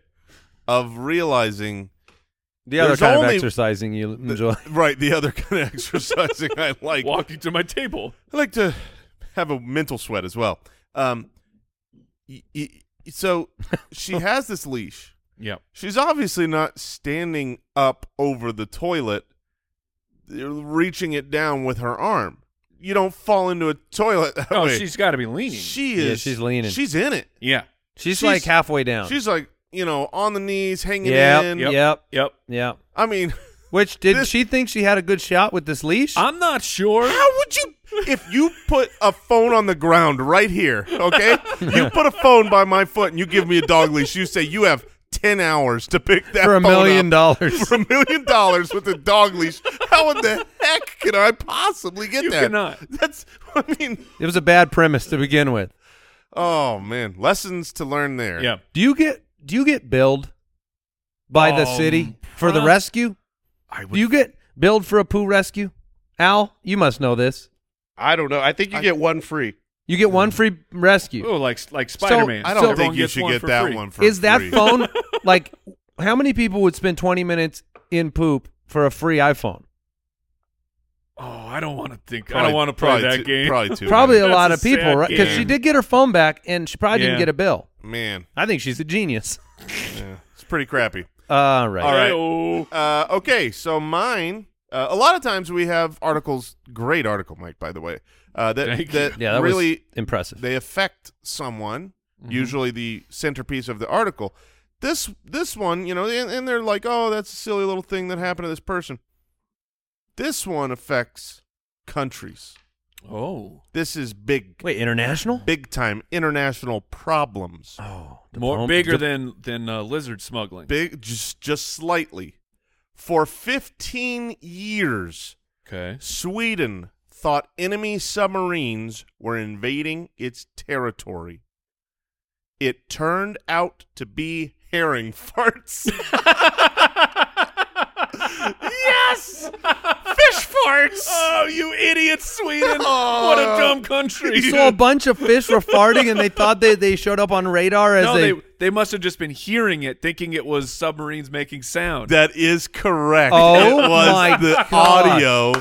Speaker 5: of realizing
Speaker 4: The other
Speaker 5: There's
Speaker 4: kind of
Speaker 5: only-
Speaker 4: exercising you enjoy.
Speaker 5: right the other kind of exercising I like.
Speaker 3: walking to my table.
Speaker 5: I like to have a mental sweat as well. Um, y- y- so she has this leash.
Speaker 3: Yep.
Speaker 5: She's obviously not standing up over the toilet, uh, reaching it down with her arm. You don't fall into a toilet that
Speaker 3: Oh,
Speaker 5: way.
Speaker 3: she's got to be leaning.
Speaker 5: she is.
Speaker 4: Yeah, she's leaning.
Speaker 5: She's in it.
Speaker 3: yeah.
Speaker 4: She's,
Speaker 5: she's-
Speaker 4: like halfway down.
Speaker 5: She's like you know on the knees, hanging
Speaker 4: yep,
Speaker 5: in.
Speaker 4: yep, yep,
Speaker 3: Yep.
Speaker 5: I mean,
Speaker 4: Which did
Speaker 5: This-
Speaker 4: she think she had a good shot with this leash?
Speaker 3: I'm not sure.
Speaker 5: How would you if you put a phone on the ground right here, okay? You put a phone by my foot and you give me a dog leash, you say you have ten hours to pick that
Speaker 4: for a
Speaker 5: phone
Speaker 4: million
Speaker 5: up
Speaker 4: dollars.
Speaker 5: for a million dollars with a dog leash. How in the heck can I possibly get
Speaker 3: You
Speaker 5: that?
Speaker 3: cannot.
Speaker 5: That's I mean
Speaker 4: it was a bad premise to begin with.
Speaker 5: Oh man. Lessons to learn there.
Speaker 3: Yeah.
Speaker 4: Do you get do you get billed by the
Speaker 3: Um,
Speaker 4: city for the
Speaker 3: prob-
Speaker 4: rescue?
Speaker 3: I would.
Speaker 4: Do you get billed for a poo rescue? Al, you must know this.
Speaker 6: I don't know. I think you
Speaker 5: I-
Speaker 6: get one free.
Speaker 4: You get one free rescue.
Speaker 3: oh, like like Spider Man.
Speaker 5: I don't
Speaker 4: So-
Speaker 5: think you
Speaker 3: gets
Speaker 5: should
Speaker 3: one
Speaker 5: get
Speaker 3: for
Speaker 5: that
Speaker 3: free.
Speaker 5: one for
Speaker 4: Is that
Speaker 5: free.
Speaker 4: phone like how many people would spend 20 minutes in poop for a free iPhone?
Speaker 3: Oh, I don't want to think. I
Speaker 5: Probably-
Speaker 3: don't want to play
Speaker 5: probably
Speaker 3: that
Speaker 5: two-
Speaker 3: game.
Speaker 5: Probably too
Speaker 4: Probably a
Speaker 3: That's
Speaker 4: lot
Speaker 3: a
Speaker 4: of people,
Speaker 3: sad
Speaker 4: right? Because she
Speaker 3: game.
Speaker 4: did get her phone back and she probably didn't
Speaker 3: Yeah.
Speaker 4: get a bill.
Speaker 5: man.
Speaker 4: I think she's a genius.
Speaker 5: Yeah. It's pretty crappy.
Speaker 4: All right.
Speaker 5: All right.
Speaker 3: Oh,
Speaker 5: Uh, okay, so mine. Uh, a lot of times we have articles, great article, Mike, by the way, uh, that
Speaker 3: Thank you.
Speaker 5: that,
Speaker 4: Yeah, that
Speaker 5: really
Speaker 4: was impressive.
Speaker 5: they affect someone.
Speaker 3: Mm-hmm.
Speaker 5: Usually the centerpiece of the article. This this one, you know, and, and they're like, oh, that's a silly little thing that happened to this person. This one affects countries.
Speaker 3: oh,
Speaker 5: This is big,
Speaker 4: Wait, international?
Speaker 5: big time international problems.
Speaker 3: Uh,
Speaker 4: Oh,
Speaker 3: more
Speaker 4: diplom-
Speaker 3: bigger
Speaker 4: dip-
Speaker 3: than than uh, lizard smuggling.
Speaker 5: Big, just just slightly. For 15 years,
Speaker 3: Okay.
Speaker 5: Sweden thought enemy submarines were invading its territory. It turned out to be herring farts. yes! Fish farts!
Speaker 3: Oh, you idiot, Sweden!
Speaker 5: Oh.
Speaker 3: What a dumb country.
Speaker 4: So a bunch of fish were farting, and they thought they, they showed up on radar as
Speaker 3: no,
Speaker 4: they.
Speaker 3: they, they must have just been hearing it, thinking it was submarines making sound.
Speaker 5: That is correct.
Speaker 4: Oh
Speaker 5: it was
Speaker 4: my
Speaker 5: the
Speaker 4: God.
Speaker 5: audio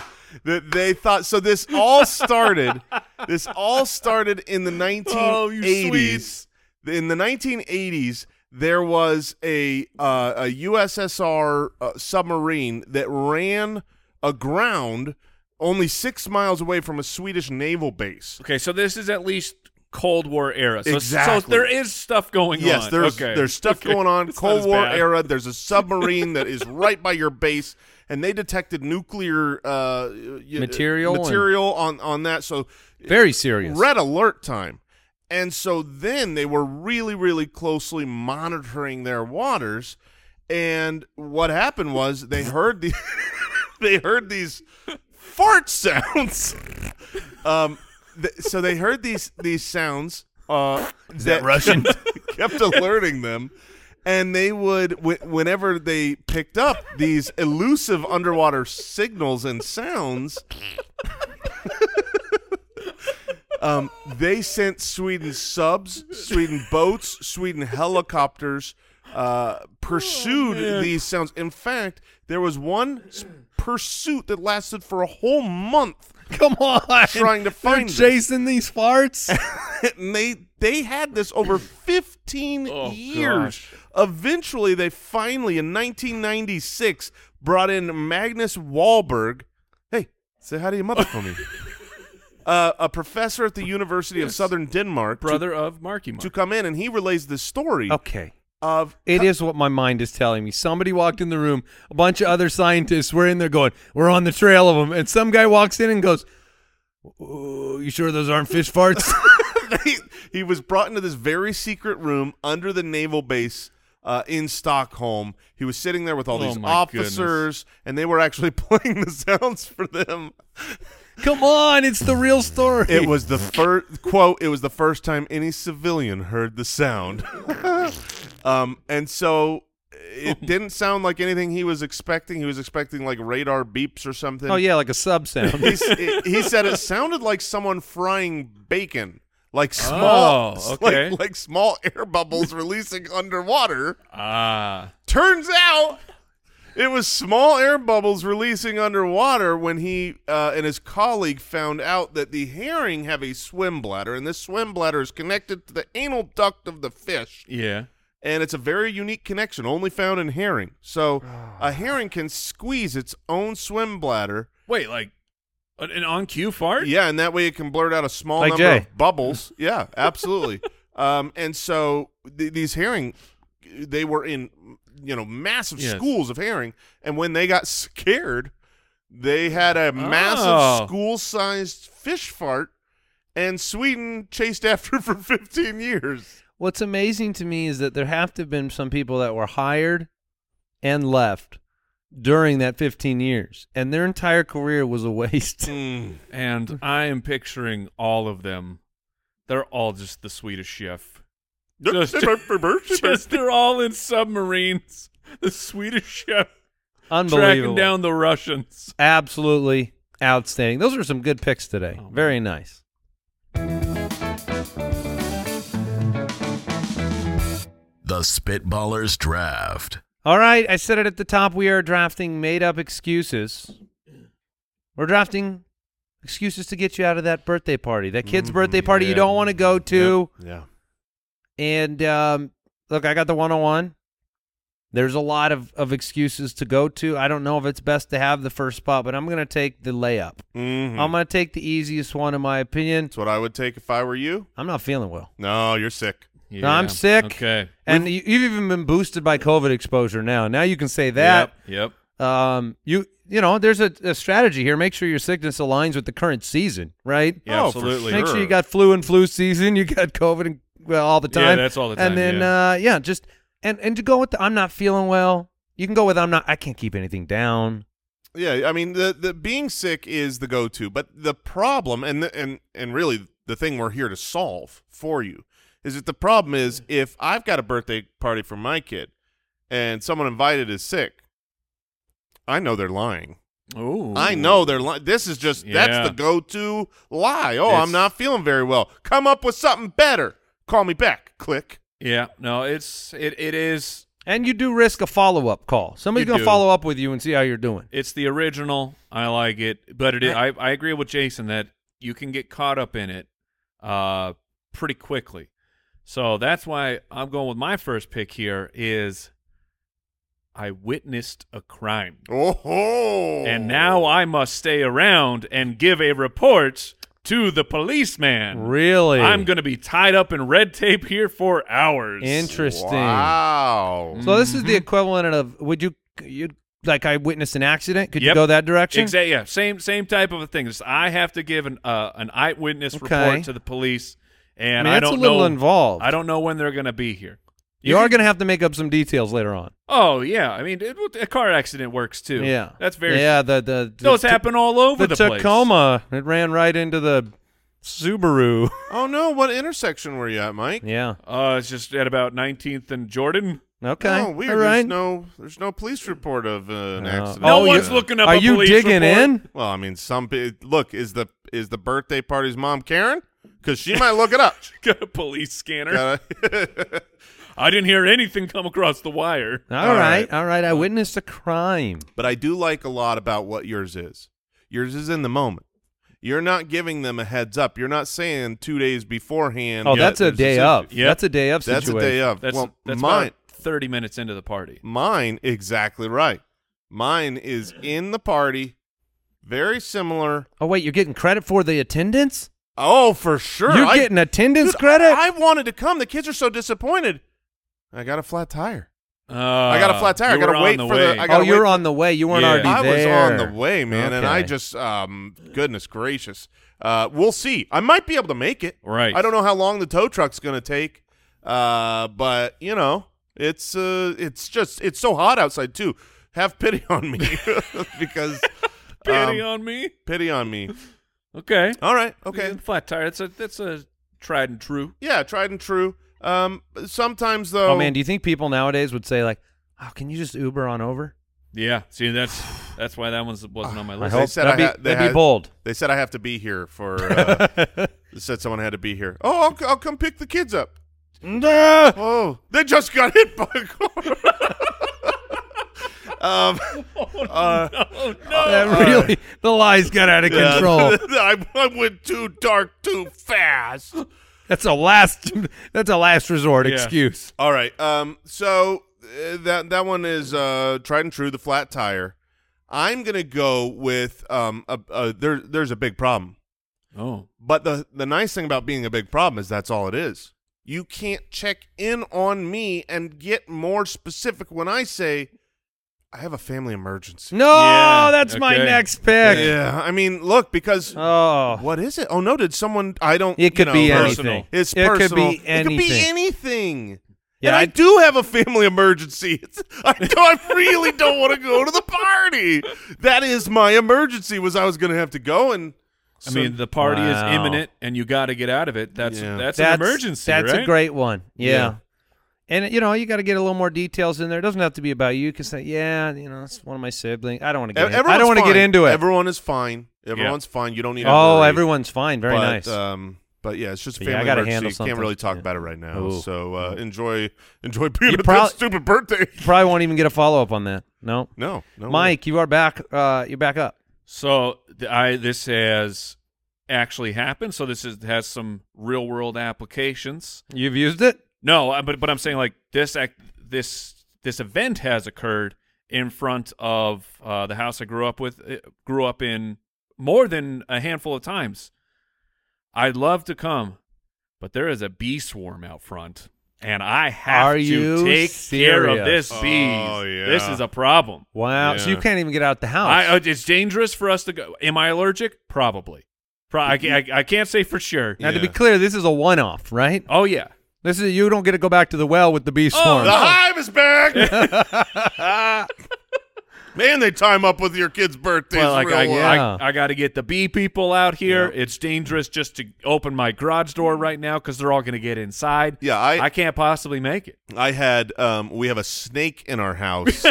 Speaker 5: that they thought. So this all started. this all started in the
Speaker 4: Oh,
Speaker 5: 1980s. in the 1980s, there was a uh, a USSR uh, submarine that ran aground only six miles away from a Swedish naval base.
Speaker 3: Okay, so this is at least Cold War era. So,
Speaker 5: Exactly.
Speaker 3: So there is stuff going on.
Speaker 5: Yes, there's
Speaker 3: okay.
Speaker 5: there's stuff
Speaker 3: Okay.
Speaker 5: going on.
Speaker 3: It's not
Speaker 5: Cold
Speaker 3: as
Speaker 5: War
Speaker 3: bad.
Speaker 5: era. There's a submarine that is right by your base, and they detected nuclear uh, y-
Speaker 4: Material and-
Speaker 5: material on on that. So
Speaker 4: very serious.
Speaker 5: red alert time, and so then they were really really closely monitoring their waters, and what happened was they heard the they heard these fart sounds. Um, th- so they heard these these sounds. Uh, that, Russian? kept alerting them, and they would wh- whenever they picked up these elusive underwater signals and sounds um, they sent sweden subs sweden boats sweden helicopters uh, pursued these sounds in fact there was one s- pursuit that lasted for a whole month
Speaker 4: Come on.
Speaker 5: Trying to
Speaker 4: They're
Speaker 5: find it.
Speaker 4: chasing these farts.
Speaker 5: and they they had this over 15
Speaker 3: Oh,
Speaker 5: years. Eventually, they finally in 1996 brought in Magnus Wahlberg. Hey, say hi to your mother for me. Uh, a professor at the University of Southern Denmark, to-
Speaker 3: brother of Marky Mark.
Speaker 5: to, come in, and he relays the story
Speaker 4: okay.
Speaker 5: of
Speaker 4: It is what my mind is telling me. Somebody walked in the room. A bunch of other scientists were in there going, "We're on the trail of them." And some guy walks in and goes, "Oh, "You sure those aren't fish farts?"
Speaker 5: he, he was brought into this very secret room under the naval base uh, in Stockholm. He was sitting there with all
Speaker 3: Oh
Speaker 5: these
Speaker 3: my
Speaker 5: officers,
Speaker 3: goodness.
Speaker 5: and they were actually playing the sounds for them.
Speaker 4: Come on, it's the real story.
Speaker 5: It was the first quote. It was the first time any civilian heard the sound, um, and so it didn't sound like anything he was expecting. He was expecting like radar beeps or something.
Speaker 4: Oh yeah, like a sub sound.
Speaker 5: he, s- he said it sounded like someone frying bacon, like small,
Speaker 3: Oh, okay.
Speaker 5: like, like small air bubbles releasing underwater.
Speaker 3: Ah,
Speaker 5: Turns out it was small air bubbles releasing underwater when he uh, and his colleague found out that the herring have a swim bladder, and this swim bladder is connected to the anal duct of the fish,
Speaker 3: yeah.
Speaker 5: and it's a very unique connection, only found in herring. So a herring can squeeze its own swim bladder,
Speaker 3: Wait, like an, an on cue fart?
Speaker 5: yeah, and that way it can blurt out a small
Speaker 4: Like
Speaker 5: number
Speaker 4: Jay.
Speaker 5: of bubbles. yeah, absolutely. um, and so th- these herring, they were in you know massive
Speaker 3: Yes.
Speaker 5: schools of herring, and when they got scared, they had a
Speaker 3: Oh.
Speaker 5: massive school-sized fish fart, and Sweden chased after it for 15 years.
Speaker 4: What's amazing to me is that there have to have been some people that were hired and left during that 15 years, and their entire career was a waste.
Speaker 3: Mm.
Speaker 4: Mm-hmm.
Speaker 3: And I am picturing all of them. They're all just the sweetest chef. Just- Just they're all in submarines. The Swedish chef
Speaker 4: Unbelievable.
Speaker 3: tracking down the Russians.
Speaker 4: Absolutely outstanding. Those are some good picks today.
Speaker 3: Oh, man.
Speaker 4: Very nice.
Speaker 2: The Spitballers Draft.
Speaker 4: All right, I said it at the top. We are drafting made up excuses. We're drafting excuses to get you out of that birthday party, that
Speaker 3: Mm-hmm.
Speaker 4: kid's birthday party you
Speaker 5: yeah.
Speaker 4: don't want to go to.
Speaker 5: yeah.
Speaker 4: And um, look, I got the 101. There's a lot of, of excuses to go to. I don't know if it's best to have the first spot, but I'm going to take the layup.
Speaker 5: Mhm.
Speaker 4: I'm going to take the easiest one, in my opinion.
Speaker 5: That's what I would take if I were you.
Speaker 4: I'm not feeling well.
Speaker 5: No, you're sick.
Speaker 4: No, I'm sick.
Speaker 3: Okay.
Speaker 4: And you, you've even been boosted by COVID exposure now. Now you can say that.
Speaker 3: Yep.
Speaker 4: Um, you you know, there's a, a strategy here. Make sure your sickness aligns with the current season, right?
Speaker 3: Yeah,
Speaker 5: Oh, for
Speaker 3: absolutely.
Speaker 4: Make sure you got flu and flu season. You got COVID and, well, all the
Speaker 3: Yeah,
Speaker 4: time.
Speaker 3: that's all the time,
Speaker 4: And then
Speaker 3: yeah.
Speaker 4: uh, yeah, just and and to go with the, I'm not feeling well. You can go with I'm not. I can't keep anything down.
Speaker 5: Yeah, I mean the the being sick is the go-to, but the problem and the, and and really the thing we're here to solve for you is that the problem is if I've got a birthday party for my kid and someone invited is sick, I know they're lying.
Speaker 3: Ooh.
Speaker 5: I know they're lying. This is just
Speaker 3: Yeah.
Speaker 5: that's the go-to lie. Oh,
Speaker 3: It's-
Speaker 5: I'm not feeling very well. Come up with something better. Call me back. Click.
Speaker 3: Yeah. No, it's it it is
Speaker 4: And you do risk a follow up call. Somebody's
Speaker 3: You
Speaker 4: gonna
Speaker 3: do.
Speaker 4: follow up with you and see how you're doing.
Speaker 3: it's the original. I like it, but it is, I I agree with Jason that you can get caught up in it uh pretty quickly. So that's why I'm going with my first pick here is I witnessed a crime.
Speaker 5: Oh. ho.
Speaker 3: And now
Speaker 4: Oh.
Speaker 3: I must stay around and give a report to the policeman.
Speaker 4: Really,
Speaker 3: I'm going to be tied up in red tape here for hours.
Speaker 4: interesting.
Speaker 5: Wow.
Speaker 4: So this
Speaker 3: Mm-hmm.
Speaker 4: is the equivalent of would you you like I witnessed an accident? Could you
Speaker 3: Yep.
Speaker 4: go that direction?
Speaker 3: Exactly. Yeah. Same same type of a thing. Just I have to give an uh, an eyewitness
Speaker 4: Okay.
Speaker 3: report to the police, and
Speaker 4: I mean,
Speaker 3: I
Speaker 4: that's
Speaker 3: don't
Speaker 4: a little
Speaker 3: know.
Speaker 4: involved.
Speaker 3: I don't know when they're going to be here.
Speaker 4: You are
Speaker 3: can-
Speaker 4: going to have to make up some details later on.
Speaker 3: Oh yeah. I mean, it, a car accident works too.
Speaker 4: Yeah,
Speaker 3: That's very.
Speaker 4: Yeah, the the, the
Speaker 3: Those
Speaker 4: t-
Speaker 3: happen all over
Speaker 4: The,
Speaker 3: the, place.
Speaker 4: Tacoma it ran right into the Subaru.
Speaker 5: Oh no, what intersection were you at, Mike?
Speaker 4: yeah,
Speaker 3: Uh, it's just at about 19th and Jordan.
Speaker 4: Okay.
Speaker 5: Oh, weird.
Speaker 4: All right.
Speaker 5: There's no there's no police report of uh, an
Speaker 4: Oh.
Speaker 5: accident.
Speaker 3: No
Speaker 4: Oh,
Speaker 3: one's
Speaker 4: you-
Speaker 3: looking up.
Speaker 4: Are
Speaker 3: a
Speaker 4: you
Speaker 3: police
Speaker 4: digging
Speaker 3: report.
Speaker 4: in?
Speaker 5: Well, I mean, some pe- look is the is the birthday party's mom Karen because she might look it up.
Speaker 3: Got a police scanner.
Speaker 5: Uh,
Speaker 3: I didn't hear anything come across the wire.
Speaker 4: all
Speaker 5: All
Speaker 4: right.
Speaker 5: right.
Speaker 4: All right. I witnessed a crime.
Speaker 5: but I do like a lot about what yours is. Yours is in the moment. You're not giving them a heads up. You're not saying two days beforehand.
Speaker 4: Oh,
Speaker 5: yeah,
Speaker 4: that's a
Speaker 5: there's
Speaker 4: day
Speaker 5: situ-
Speaker 4: up.
Speaker 3: Yeah.
Speaker 4: That's a day up
Speaker 5: That's
Speaker 4: situation.
Speaker 5: a day of.
Speaker 3: That's
Speaker 5: well,
Speaker 3: that's
Speaker 5: mine,
Speaker 3: about thirty minutes into the party.
Speaker 5: mine, exactly right. Mine is in the party. Very similar.
Speaker 4: Oh wait, you're getting credit for the attendance?
Speaker 5: Oh, for sure.
Speaker 4: You're
Speaker 5: I-
Speaker 4: getting attendance
Speaker 5: Dude,
Speaker 4: credit?
Speaker 5: I wanted to come. The kids are so disappointed. I got a flat tire.
Speaker 3: Uh,
Speaker 5: I got a flat tire. I
Speaker 3: you
Speaker 5: gotta
Speaker 3: were on
Speaker 5: wait for the-
Speaker 3: way.
Speaker 5: I got-
Speaker 4: oh,
Speaker 5: gotta
Speaker 4: you're
Speaker 5: wait-
Speaker 4: on the way. You weren't
Speaker 3: Yeah.
Speaker 4: already
Speaker 5: I was
Speaker 4: there.
Speaker 5: on the way, man, and I
Speaker 4: Okay.
Speaker 5: just um goodness gracious. Uh we'll see. I might be able to make it.
Speaker 3: Right.
Speaker 5: I don't know how long the tow truck's going to take. Uh but, you know, it's uh it's just it's so hot outside too. Have pity on me because
Speaker 3: pity
Speaker 5: um,
Speaker 3: on me.
Speaker 5: pity on me.
Speaker 3: Okay.
Speaker 5: All right. Okay.
Speaker 3: Flat tire. That's a that's a tried and true.
Speaker 5: Yeah, tried and true. Um sometimes though
Speaker 4: Oh man, do you think people nowadays would say like, "Oh, can you just Uber on over?"
Speaker 3: Yeah. See, that's that's why that one wasn't on my
Speaker 5: I
Speaker 3: list.
Speaker 5: hope- said
Speaker 4: that'd be,
Speaker 5: ha- they
Speaker 4: that'd be
Speaker 5: had-
Speaker 4: bold.
Speaker 5: They said I have to be here for. Uh, they said someone had to be here. Oh, I'll, c- I'll come pick the kids up. Oh, they just got hit by a car. um, uh,
Speaker 3: Oh no!
Speaker 4: That
Speaker 5: uh,
Speaker 4: really, the lies got out of
Speaker 5: yeah.
Speaker 4: control.
Speaker 5: I, I went too dark too fast.
Speaker 4: That's a last. That's a last resort
Speaker 3: Yeah.
Speaker 4: excuse.
Speaker 5: All right. Um. So uh, that that one is uh tried and true. The flat tire. I'm gonna go with um a, a there. There's a big problem.
Speaker 3: Oh,
Speaker 5: But the the nice thing about being a big problem is that's all it is. You can't check in on me and get more specific when I say I have a family emergency.
Speaker 4: No,
Speaker 3: Yeah,
Speaker 4: that's my
Speaker 3: okay.
Speaker 4: next pick.
Speaker 5: Yeah, I mean, look, because
Speaker 4: Oh,
Speaker 5: what is it? Oh no, did someone? I don't.
Speaker 4: it
Speaker 5: you
Speaker 4: could
Speaker 5: know,
Speaker 4: be
Speaker 5: person-
Speaker 3: personal.
Speaker 4: anything.
Speaker 5: It's
Speaker 4: it could
Speaker 5: personal.
Speaker 4: be
Speaker 5: It could be
Speaker 4: anything.
Speaker 5: anything.
Speaker 4: Yeah,
Speaker 5: and I,
Speaker 4: I-
Speaker 5: do have a family emergency. It's, I, do, I really don't want to go to the party. That is my emergency. Was I was going to have to go and.
Speaker 3: I
Speaker 5: so-
Speaker 3: mean, the party
Speaker 4: Wow.
Speaker 3: is imminent, and you got to get out of it. That's
Speaker 5: Yeah.
Speaker 3: that's,
Speaker 4: that's
Speaker 3: an emergency.
Speaker 4: That's
Speaker 3: right?
Speaker 4: a great one. Yeah.
Speaker 5: Yeah.
Speaker 4: And you know you got to get a little more details in there. It doesn't have to be about you. You can say, yeah, you know, it's one of my siblings. I don't want to
Speaker 5: E-
Speaker 4: get. in- I
Speaker 5: everyone's
Speaker 4: don't want to get
Speaker 5: fine.
Speaker 4: into it.
Speaker 5: Everyone is fine. Everyone's fine. You don't need. to
Speaker 4: oh,
Speaker 5: worry.
Speaker 4: everyone's fine. Very
Speaker 5: but,
Speaker 4: nice.
Speaker 5: Um, but yeah, it's just a
Speaker 4: But yeah, I
Speaker 5: family
Speaker 4: gotta
Speaker 5: emergency.
Speaker 4: handle
Speaker 5: You Can't really talk
Speaker 4: something.
Speaker 5: about it right now.
Speaker 4: Ooh.
Speaker 5: So uh, enjoy, enjoy being
Speaker 4: You
Speaker 5: at
Speaker 4: prob-
Speaker 5: that stupid birthday.
Speaker 4: Probably won't even get a follow up on that. No.
Speaker 5: No, no,
Speaker 4: Mike, you are back. Uh, you're back up.
Speaker 3: So th- I this has actually happened. So this is, has some real world applications.
Speaker 4: You've used it.
Speaker 3: No, I- but but I'm saying like this act this this event has occurred in front of uh, the house I grew up with uh, grew up in more than a handful of times. I'd love to come, but there is a bee swarm out front, and I have
Speaker 4: Are
Speaker 3: to
Speaker 4: you
Speaker 3: take care of
Speaker 4: serious?
Speaker 3: this bees.
Speaker 5: Oh, yeah.
Speaker 3: This is a problem.
Speaker 4: Wow. So you
Speaker 5: Yeah.
Speaker 4: can't even get out the house.
Speaker 3: I, uh, it's dangerous for us to go. Am I allergic? Probably. Pro- I, ca- I, I can't say for sure.
Speaker 4: now, to be
Speaker 5: Yeah.
Speaker 4: clear, this is a one off, right?
Speaker 3: Oh yeah.
Speaker 4: This is you don't get to go back to the well with the bee
Speaker 3: Oh,
Speaker 4: swarm.
Speaker 5: The hive is back. Man, they time up with your kid's birthdays.
Speaker 3: Well, like
Speaker 5: real
Speaker 3: I,
Speaker 5: well.
Speaker 4: yeah.
Speaker 3: I, I got to get the bee people out here. It's dangerous just to open my garage door right now because they're all going to get inside.
Speaker 5: Yeah, I-
Speaker 3: I can't possibly make it.
Speaker 5: I had um we have a snake in our house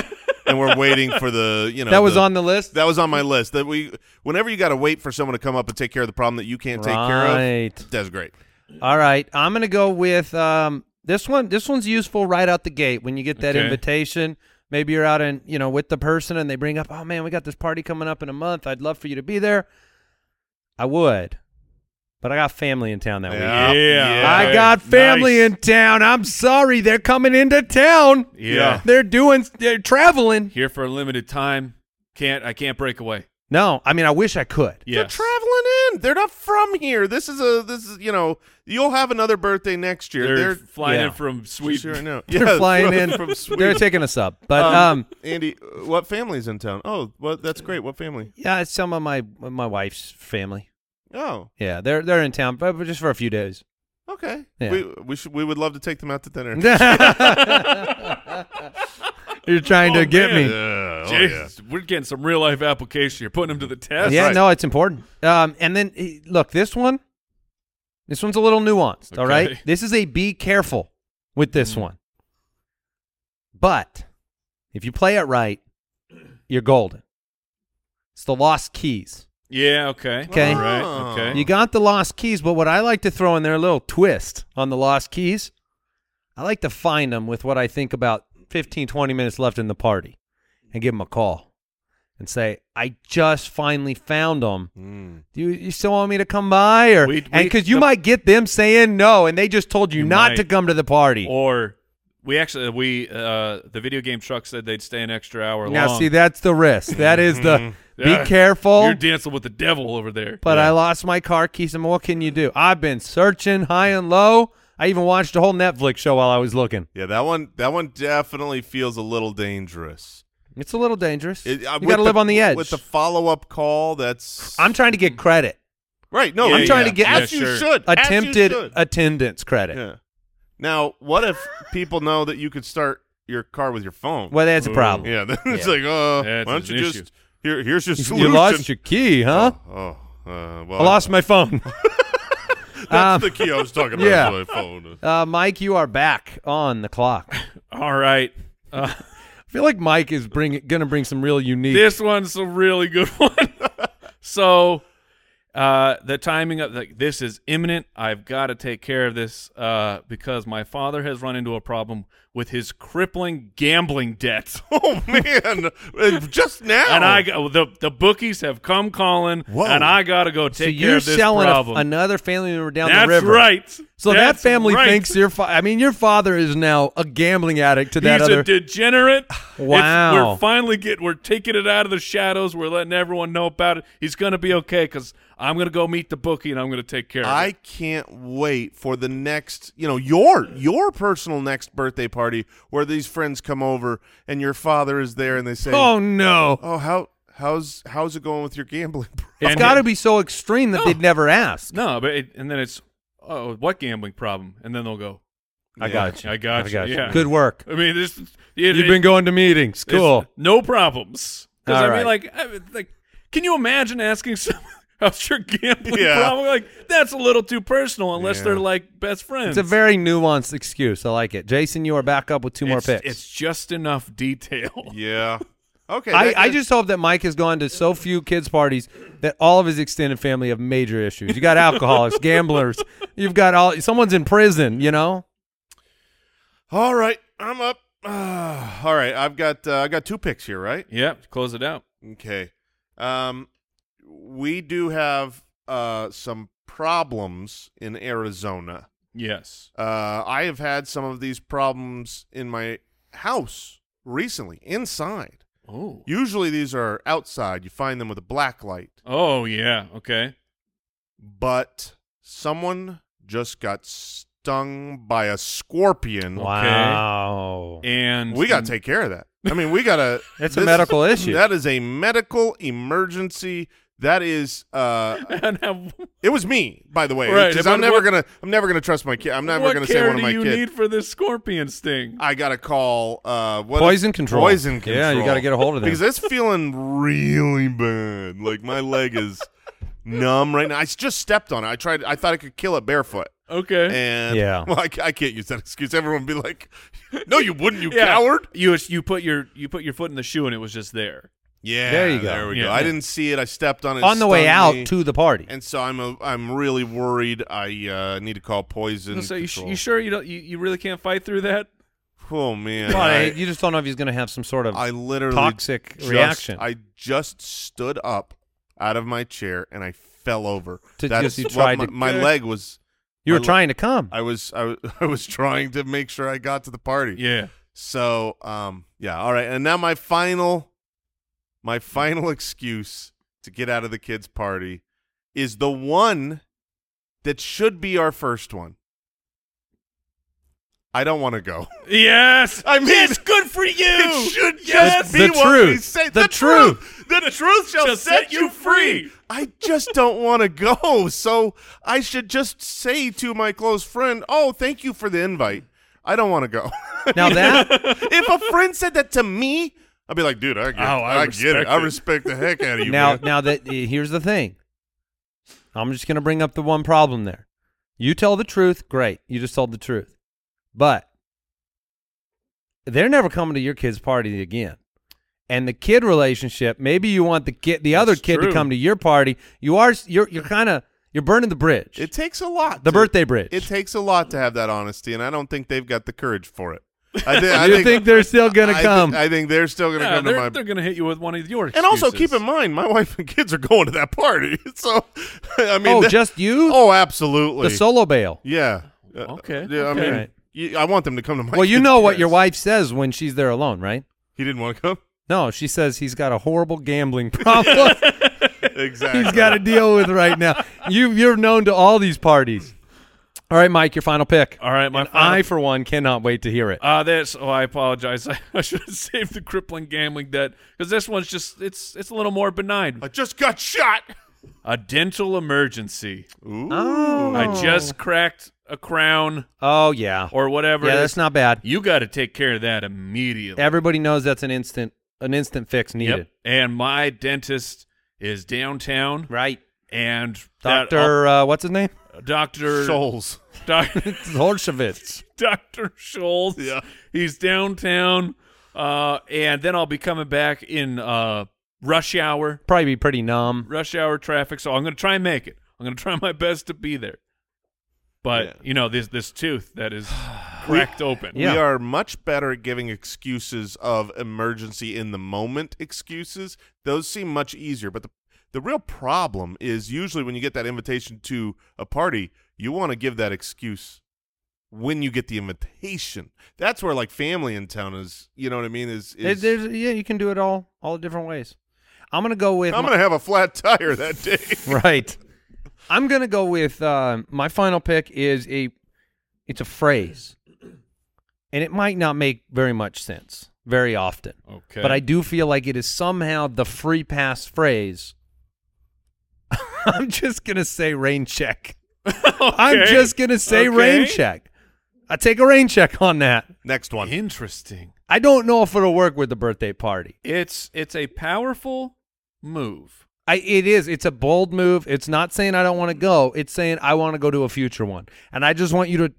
Speaker 5: and we're waiting for the you know
Speaker 4: that was on the list.
Speaker 5: that was on my list that we whenever you got to wait for someone to come up and take care of the problem that you can't take care of
Speaker 4: Right.
Speaker 5: that's great
Speaker 4: All right. I'm gonna go with um, this one. This one's useful right out the gate when you get that
Speaker 3: Okay.
Speaker 4: invitation. Maybe you're out and you know with the person and they bring up, oh man, we got this party coming up in a month. I'd love for you to be there. I would, but I got family in town that week.
Speaker 5: Yeah. Yeah.
Speaker 4: I got family in town. I'm sorry, they're coming into town.
Speaker 3: Yeah. Yeah.
Speaker 4: They're doing they're traveling.
Speaker 3: here for a limited time. Can't I can't break away.
Speaker 4: No, I mean I wish I could.
Speaker 3: Yeah.
Speaker 5: they're traveling in they're not from here this is a this is you know you'll have another birthday next year
Speaker 3: They're,
Speaker 5: they're,
Speaker 3: flying
Speaker 4: yeah.
Speaker 3: in from Sweden.
Speaker 5: right now
Speaker 4: They're flying in
Speaker 5: from
Speaker 4: They're
Speaker 5: Sweden.
Speaker 4: taking us up. But
Speaker 5: Um,
Speaker 4: um
Speaker 5: Andy uh, what family's in town oh well that's great what family
Speaker 4: yeah, it's some of my my wife's family.
Speaker 5: oh
Speaker 4: Yeah, they're they're in town, but but just for a few days.
Speaker 5: okay
Speaker 4: Yeah.
Speaker 5: we we should we would love to take them out to dinner
Speaker 4: You're trying to get
Speaker 3: man.
Speaker 4: me.
Speaker 5: oh,
Speaker 3: Jesus, We're getting some real life application. You're putting them to the test.
Speaker 4: yeah,
Speaker 5: right.
Speaker 4: no, it's important. Um, and then eh, look, this one, this one's a little nuanced. All
Speaker 3: Okay.
Speaker 4: right, this is a be careful with this one. But if you play it right, you're golden. It's the lost keys.
Speaker 3: Yeah. Okay.
Speaker 4: Okay.
Speaker 3: All right. Okay.
Speaker 4: You got the lost keys, but what I like to throw in there, a little twist on the lost keys, I like to find them with what I think about 15, 20 minutes left in the party and give them a call and say, I just finally found them. Do you, you still want me to come by? Or
Speaker 3: Hmm. We-
Speaker 4: and
Speaker 3: we-
Speaker 4: because you
Speaker 3: the-
Speaker 4: might get them saying no, and they just told you,
Speaker 3: You
Speaker 4: not
Speaker 3: might.
Speaker 4: to come to the party.
Speaker 3: Or we actually we uh the video game truck said they'd stay an extra hour
Speaker 4: now,
Speaker 3: long.
Speaker 4: see, that's the risk. That is the
Speaker 3: Yeah.
Speaker 4: be careful.
Speaker 3: You're dancing with the devil over there.
Speaker 4: But
Speaker 3: Yeah.
Speaker 4: I lost my car keys, and what can you do? I've been searching high and low. I even watched a whole Netflix show while I was looking.
Speaker 5: Yeah, that one that one definitely feels a little dangerous.
Speaker 4: It's a little dangerous.
Speaker 5: It- uh,
Speaker 4: you
Speaker 5: with
Speaker 4: got to live on the edge.
Speaker 5: With the follow-up call, that's
Speaker 4: I'm trying to get credit,
Speaker 5: Right, no,
Speaker 3: Yeah,
Speaker 5: I'm
Speaker 4: trying to get-
Speaker 5: as
Speaker 3: Yeah,
Speaker 5: you
Speaker 3: sure.
Speaker 5: should. as you
Speaker 4: attempted
Speaker 5: should.
Speaker 4: attendance credit.
Speaker 5: Yeah. Now, what if people know that you could start your car with your phone?
Speaker 4: Well,
Speaker 3: Mm,
Speaker 4: that's a problem.
Speaker 5: Yeah, then it's like, uh,
Speaker 3: That's
Speaker 5: why don't
Speaker 3: an
Speaker 5: you
Speaker 3: issue.
Speaker 5: just here? Here's your
Speaker 4: You-
Speaker 5: solution.
Speaker 4: You lost your key, huh?
Speaker 5: Oh, uh, well,
Speaker 4: I lost my phone.
Speaker 5: That's the key I was talking about.
Speaker 4: yeah.
Speaker 5: My phone.
Speaker 4: Uh, Mike, you are back on the clock. I
Speaker 3: all right. Uh,
Speaker 4: feel like Mike is bring going to bring some real unique.
Speaker 3: this one's a really good one. so uh the timing of like this is imminent. I've got to take care of this uh because my father has run into a problem with his crippling gambling debt.
Speaker 5: Oh man, Uh, just now.
Speaker 3: And I got the the bookies have come calling,
Speaker 5: Whoa.
Speaker 3: and I gotta go take
Speaker 4: so
Speaker 3: care
Speaker 4: you're
Speaker 3: of this
Speaker 4: selling a-
Speaker 3: problem.
Speaker 4: another family member down
Speaker 3: That's
Speaker 4: the river.
Speaker 3: right.
Speaker 4: So
Speaker 3: That's
Speaker 4: that family
Speaker 3: right.
Speaker 4: thinks your fa- I mean your father is now a gambling addict to that
Speaker 3: He's
Speaker 4: other
Speaker 3: a degenerate. It's-
Speaker 4: Wow.
Speaker 3: we're finally getting, we're taking it out of the shadows. We're letting everyone know about it. He's going to be okay because I'm going to go meet the bookie and I'm going to take care of
Speaker 5: I
Speaker 3: it.
Speaker 5: can't wait for the next, you know, your your personal next birthday party where these friends come over and your father is there and they say,
Speaker 4: Oh no.
Speaker 5: "Oh, how how's how's it going with your gambling?" bro?"
Speaker 4: It's
Speaker 3: And-
Speaker 4: got to be so extreme that they'd never ask.
Speaker 3: No, but it, and then it's, oh, what gambling problem? And then they'll go,
Speaker 4: I got
Speaker 3: I got you. Yeah.
Speaker 4: Good work.
Speaker 3: I mean, this, it,
Speaker 4: You've been
Speaker 3: it-
Speaker 4: going to meetings.
Speaker 3: it's
Speaker 4: Cool.
Speaker 3: No problems. 'Cause
Speaker 4: All
Speaker 3: I
Speaker 4: right.
Speaker 3: mean, like, I, like, can you imagine asking someone? How's your gambling
Speaker 5: Yeah.
Speaker 3: problem? Like that's a little too personal, unless
Speaker 5: Yeah.
Speaker 3: they're like best friends.
Speaker 4: It's a very nuanced excuse. I like it. Jason, you are back up with two more
Speaker 3: It's-
Speaker 4: picks.
Speaker 3: It's just enough detail.
Speaker 5: yeah. Okay.
Speaker 4: I,
Speaker 5: that-
Speaker 4: I just hope that Mike has gone to so few kids' parties that all of his extended family have major issues. You got alcoholics, gamblers. You've got all. Someone's in prison. You know.
Speaker 5: All right, I'm up. Ah, all right, I've got uh, I got two picks here, right?
Speaker 3: Yep, close it out.
Speaker 5: Okay. Um, we do have uh some problems in Arizona.
Speaker 3: Yes.
Speaker 5: Uh, I have had some of these problems in my house recently, inside.
Speaker 3: Oh.
Speaker 5: Usually these are outside. You find them with a black light,
Speaker 3: Oh yeah. Okay.
Speaker 5: but someone just got stung by a scorpion.
Speaker 4: Wow.
Speaker 3: And
Speaker 5: We got to take care of that. I mean, we got to.
Speaker 4: It's a medical issue.
Speaker 5: That is a medical emergency. That is. uh
Speaker 3: And have,
Speaker 5: It was me, by the way,
Speaker 3: Right,
Speaker 5: because
Speaker 3: but
Speaker 5: I'm never
Speaker 3: what-
Speaker 5: gonna. I'm never gonna trust my kid. I'm never
Speaker 3: what
Speaker 5: gonna say
Speaker 3: care
Speaker 5: one of my
Speaker 3: do you
Speaker 5: kids.
Speaker 3: need for this scorpion sting?
Speaker 5: I gotta call. Uh, what
Speaker 4: Poison control.
Speaker 5: Poison control.
Speaker 4: Yeah, you got to get a hold of them.
Speaker 5: because it's feeling really bad. Like my leg is numb right now. I s- just stepped on it. I tried. I thought I could kill it barefoot.
Speaker 3: Okay.
Speaker 5: And
Speaker 4: Yeah.
Speaker 5: well, I, c- I can't use that excuse. Everyone would be like, "No, you wouldn't, you
Speaker 3: Yeah.
Speaker 5: coward."
Speaker 3: You you put your you put your foot in the shoe and it was just there.
Speaker 5: Yeah,
Speaker 4: There you go.
Speaker 5: There we
Speaker 3: Yeah.
Speaker 5: go. I didn't see it. I stepped on it. it
Speaker 4: on the way
Speaker 5: stung
Speaker 4: out
Speaker 5: me.
Speaker 4: to the party.
Speaker 5: and so I'm a, I'm really worried. I uh, need to call poison.
Speaker 3: So you, sh-
Speaker 5: control.
Speaker 3: you sure you don't you, you really can't fight through that?
Speaker 5: oh man,
Speaker 4: Well,
Speaker 5: I,
Speaker 4: you just don't know if he's going to have some sort of
Speaker 5: I literally
Speaker 4: toxic
Speaker 5: just-
Speaker 4: reaction.
Speaker 5: I just stood up out of my chair and I fell over.
Speaker 4: To- because
Speaker 5: That's
Speaker 4: you
Speaker 5: what
Speaker 4: tried
Speaker 5: my,
Speaker 4: to-
Speaker 5: my leg was.
Speaker 4: you were
Speaker 5: I-
Speaker 4: trying to come.
Speaker 5: I was I, was- I was trying to make sure I got to the party.
Speaker 3: Yeah.
Speaker 5: So um yeah all right and now my final my final excuse to get out of the kids party is the one that should be our first one. I don't want to go.
Speaker 3: Yes.
Speaker 5: I mean-
Speaker 3: yes, good for you.
Speaker 5: It should just
Speaker 3: yes.
Speaker 5: be
Speaker 4: The
Speaker 5: what we
Speaker 4: truth.
Speaker 5: say.
Speaker 4: The
Speaker 5: The truth shall
Speaker 3: Shall
Speaker 5: set
Speaker 3: set
Speaker 5: you
Speaker 3: you
Speaker 5: free.
Speaker 3: free.
Speaker 5: I just don't want to go. So I should just say to my close friend, "Oh, thank you for the invite. I don't want to go."
Speaker 4: now that
Speaker 5: if a friend said that to me, I'd be like, "Dude, I get, it.
Speaker 3: Oh, I
Speaker 5: I, get it.
Speaker 3: respect
Speaker 5: I
Speaker 3: it."
Speaker 5: respect the heck out of you."
Speaker 4: now
Speaker 5: man.
Speaker 4: now that eh, here's the thing. I'm just going to bring up the one problem there. You tell the truth, great. You just told the truth. But they're never coming to your kid's party again. And the kid relationship, maybe you want the kid, the other
Speaker 3: That's
Speaker 4: kid,
Speaker 3: true.
Speaker 4: to come to your party. You are you're you're kind of you're burning the bridge.
Speaker 5: It takes a lot.
Speaker 4: the
Speaker 5: to-
Speaker 4: birthday bridge.
Speaker 5: It takes a lot to have that honesty, and I don't think they've got the courage for it. I, thi- I
Speaker 4: you think, they're still gonna
Speaker 5: I thi-
Speaker 4: come?
Speaker 5: I think they're still going to
Speaker 3: Yeah,
Speaker 5: come to
Speaker 3: they're,
Speaker 5: my.
Speaker 3: they're gonna hit you with one of your.
Speaker 5: and also keep in
Speaker 3: excuses.
Speaker 5: mind, my wife and kids are going to that party, so I mean,
Speaker 4: oh,
Speaker 5: that-
Speaker 4: just you?
Speaker 5: oh, absolutely,
Speaker 4: the solo bail.
Speaker 5: yeah, Uh,
Speaker 3: Okay,
Speaker 5: yeah, I
Speaker 3: okay.
Speaker 5: mean,
Speaker 4: Right.
Speaker 5: you, I want them to come to my.
Speaker 4: Well, you
Speaker 5: kids'
Speaker 4: know what your
Speaker 5: parties.
Speaker 4: wife says when she's there alone, right?
Speaker 5: He didn't want to come.
Speaker 4: No, she says he's got a horrible gambling problem
Speaker 5: exactly.
Speaker 4: he's got to deal with right now. You you're known to all these parties. All right, Mike, your final pick.
Speaker 3: All right, my
Speaker 4: And
Speaker 3: final
Speaker 4: I for one cannot wait to hear it.
Speaker 3: Uh, that's oh, I apologize. I, should have saved the crippling gambling debt because this one's just it's it's a little more benign.
Speaker 5: I just got shot.
Speaker 3: A dental emergency.
Speaker 5: Ooh.
Speaker 4: Ah.
Speaker 3: I just cracked a crown
Speaker 4: Oh yeah,
Speaker 3: or whatever.
Speaker 4: yeah,
Speaker 3: it
Speaker 4: that's
Speaker 3: is.
Speaker 4: not bad.
Speaker 3: You got to take care of that immediately.
Speaker 4: Everybody knows that's an instant an instant fix needed.
Speaker 3: Yep. And my dentist is downtown,
Speaker 4: Right,
Speaker 3: and that-
Speaker 4: Doctor. uh, what's his name?
Speaker 3: uh, Doctor
Speaker 5: Shoals.
Speaker 3: Doctor
Speaker 4: Holshevitz.
Speaker 3: Dr. Schultz.
Speaker 5: Yeah.
Speaker 3: He's downtown. Uh, and then I'll be coming back in uh, rush hour,
Speaker 4: Probably be pretty numb.
Speaker 3: rush hour traffic. So I'm going to try and make it. I'm going to try my best to be there. But,
Speaker 5: Yeah.
Speaker 3: you know, this this tooth that is cracked open.
Speaker 4: Yeah.
Speaker 5: We are much better at giving excuses of emergency in the moment excuses. Those seem much easier, but the the real problem is usually when you get that invitation to a party, you want to give that excuse when you get the invitation. That's where like family in town is, you know what I mean? Is,
Speaker 4: There's,
Speaker 5: is
Speaker 4: there's, yeah, you can do it all all different ways. I'm gonna go with
Speaker 5: I'm
Speaker 4: my-
Speaker 5: going to have a flat tire that day.
Speaker 4: right. I'm gonna go with uh, my final pick is a it's a phrase, and it might not make very much sense very often,
Speaker 3: Okay.
Speaker 4: but I do feel like it is somehow the free pass phrase. I'm just gonna say rain check. I'm
Speaker 3: Okay.
Speaker 4: just gonna say rain
Speaker 3: Okay.
Speaker 4: check. I take a rain check on that.
Speaker 5: Next one.
Speaker 3: Interesting.
Speaker 4: I don't know if it'll work with the birthday party.
Speaker 3: It's it's a powerful move.
Speaker 4: I, it is. It's a bold move. It's not saying I don't want to go. It's saying I want to go to a future one. And I just want you to.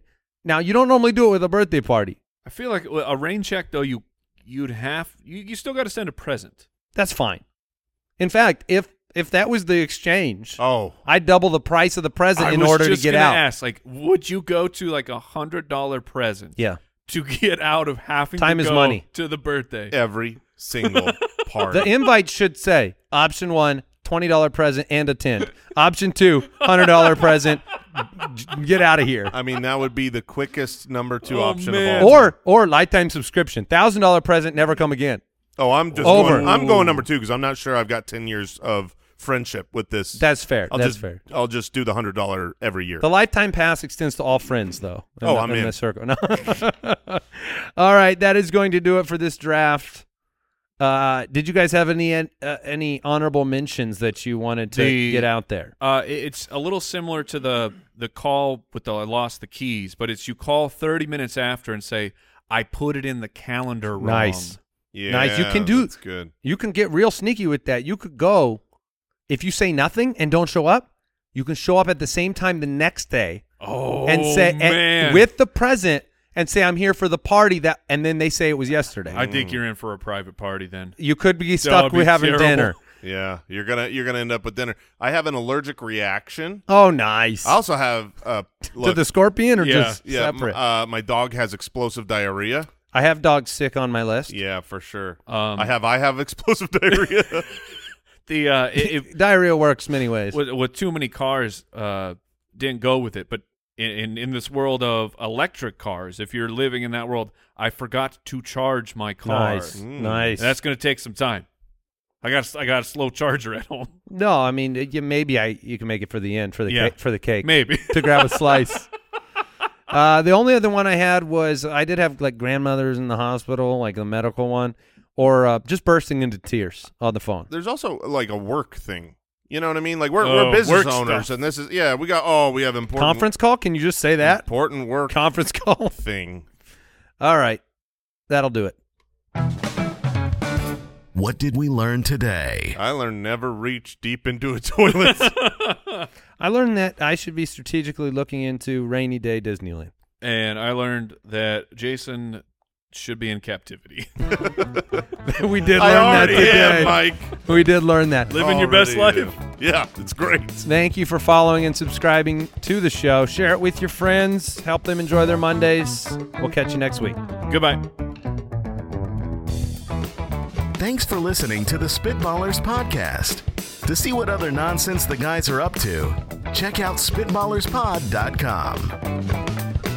Speaker 4: Now, you don't normally do it with a birthday party.
Speaker 3: I feel like a rain check though you you'd have you, you still got to send a present.
Speaker 4: That's fine. In fact, if if that was the exchange,
Speaker 5: Oh.
Speaker 4: I'd double the price of the present
Speaker 3: I
Speaker 4: in
Speaker 3: was
Speaker 4: order to
Speaker 3: just
Speaker 4: get
Speaker 3: gonna
Speaker 4: out.
Speaker 3: Ask like, would you go to like a hundred dollar present?
Speaker 4: Yeah.
Speaker 3: To get out of having
Speaker 4: Time
Speaker 3: to
Speaker 4: is
Speaker 3: go
Speaker 4: money.
Speaker 3: to the birthday.
Speaker 5: Every single party.
Speaker 4: The invite should say option one, $20 present and attend. Option two, $100 present. j- Get out of here.
Speaker 5: I mean, that would be the quickest number two
Speaker 3: Oh,
Speaker 5: option
Speaker 3: man.
Speaker 5: of all.
Speaker 4: Or or lifetime subscription. $1,000 present, never come again.
Speaker 5: Oh, I'm just
Speaker 4: Over.
Speaker 5: Going, I'm going number two because I'm not sure I've got ten years of friendship with this.
Speaker 4: That's fair.
Speaker 5: I'll
Speaker 4: That's
Speaker 5: just,
Speaker 4: fair.
Speaker 5: I'll just do the hundred dollar every year.
Speaker 4: The lifetime pass extends to all friends, though.
Speaker 5: Oh,
Speaker 4: the-
Speaker 5: I'm in.
Speaker 4: the circle. No. all right, that is going to do it for this draft. Uh, did you guys have any uh, any honorable mentions that you wanted to
Speaker 3: The-
Speaker 4: get out there?
Speaker 3: Uh, it- it's a little similar to the the call with the I lost the keys, but it's you call thirty minutes after and say I put it in the calendar wrong.
Speaker 4: Nice.
Speaker 5: yeah,
Speaker 4: nice. You can do-
Speaker 5: That's good.
Speaker 4: You can get real sneaky with that. You could go if you say nothing and don't show up. You can show up at the same time the next day
Speaker 3: Oh
Speaker 4: and say and-
Speaker 3: man.
Speaker 4: with the present and say I'm here for the party that, and then they say it was yesterday.
Speaker 3: I think you're in for a private party then.
Speaker 4: you could be stuck
Speaker 3: would be
Speaker 4: with having
Speaker 3: terrible.
Speaker 4: dinner.
Speaker 5: Yeah, you're gonna you're gonna end up with dinner. I have an allergic reaction.
Speaker 4: Oh, nice.
Speaker 5: I also have uh,
Speaker 4: to
Speaker 5: look,
Speaker 4: the scorpion or
Speaker 3: Yeah,
Speaker 4: just
Speaker 5: yeah, m-
Speaker 4: separate?
Speaker 5: uh, my dog has explosive diarrhea.
Speaker 4: I have dog sick on my list.
Speaker 5: Yeah, for sure.
Speaker 3: Um,
Speaker 5: I have I have explosive diarrhea.
Speaker 3: The uh, it, it,
Speaker 4: Diarrhea works many ways.
Speaker 3: with, with too many cars uh, didn't go with it. But in, in in this world of electric cars, if you're living in that world, I forgot to charge my car.
Speaker 4: Nice,
Speaker 5: Mm.
Speaker 4: nice.
Speaker 3: That's gonna take some time. I got I got a slow charger at home.
Speaker 4: no, I mean it- you, maybe I you can make it for the end for the
Speaker 3: Yeah.
Speaker 4: ca- for the cake
Speaker 3: Maybe.
Speaker 4: to grab a slice. Uh, the only other one I had was I did have like grandmothers in the hospital, like the medical one, or uh, just bursting into tears on the phone.
Speaker 5: There's also like a work thing. You know what I mean? Like we're
Speaker 3: Oh,
Speaker 5: we're business
Speaker 3: work
Speaker 5: owners,
Speaker 3: stuff.
Speaker 5: and this is yeah. We got oh we have important
Speaker 4: Conference call? Can you just say that?
Speaker 5: important work
Speaker 4: Conference call.
Speaker 5: thing.
Speaker 4: All right, that'll do it.
Speaker 2: What did we learn today?
Speaker 5: I learned never reach deep into a toilet.
Speaker 4: I learned that I should be strategically looking into rainy day Disneyland.
Speaker 3: and I learned that Jason should be in captivity.
Speaker 4: we did learn
Speaker 5: I
Speaker 4: that
Speaker 5: already
Speaker 4: today.
Speaker 5: am, Mike.
Speaker 4: we did learn that.
Speaker 3: Living your best
Speaker 5: Already
Speaker 3: life.
Speaker 5: am. Yeah, it's great.
Speaker 4: Thank you for following and subscribing to the show. Share it with your friends. Help them enjoy their Mondays. We'll catch you next week.
Speaker 3: Goodbye.
Speaker 2: Thanks for listening to the Spitballers Podcast. To see what other nonsense the guys are up to, check out SpitballersPod.com.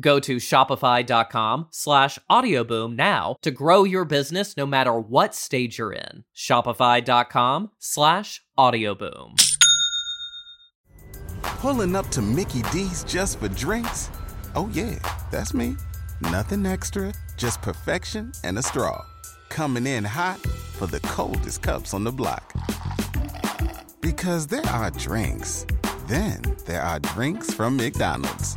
Speaker 1: Go to shopify.com slash audioboom now to grow your business no matter what stage you're in. Shopify.com slash audioboom.
Speaker 7: Pulling up to Mickey D's just for drinks? Oh, yeah, that's me. Nothing extra, just perfection and a straw. Coming in hot for the coldest cups on the block. Because there are drinks, then there are drinks from McDonald's.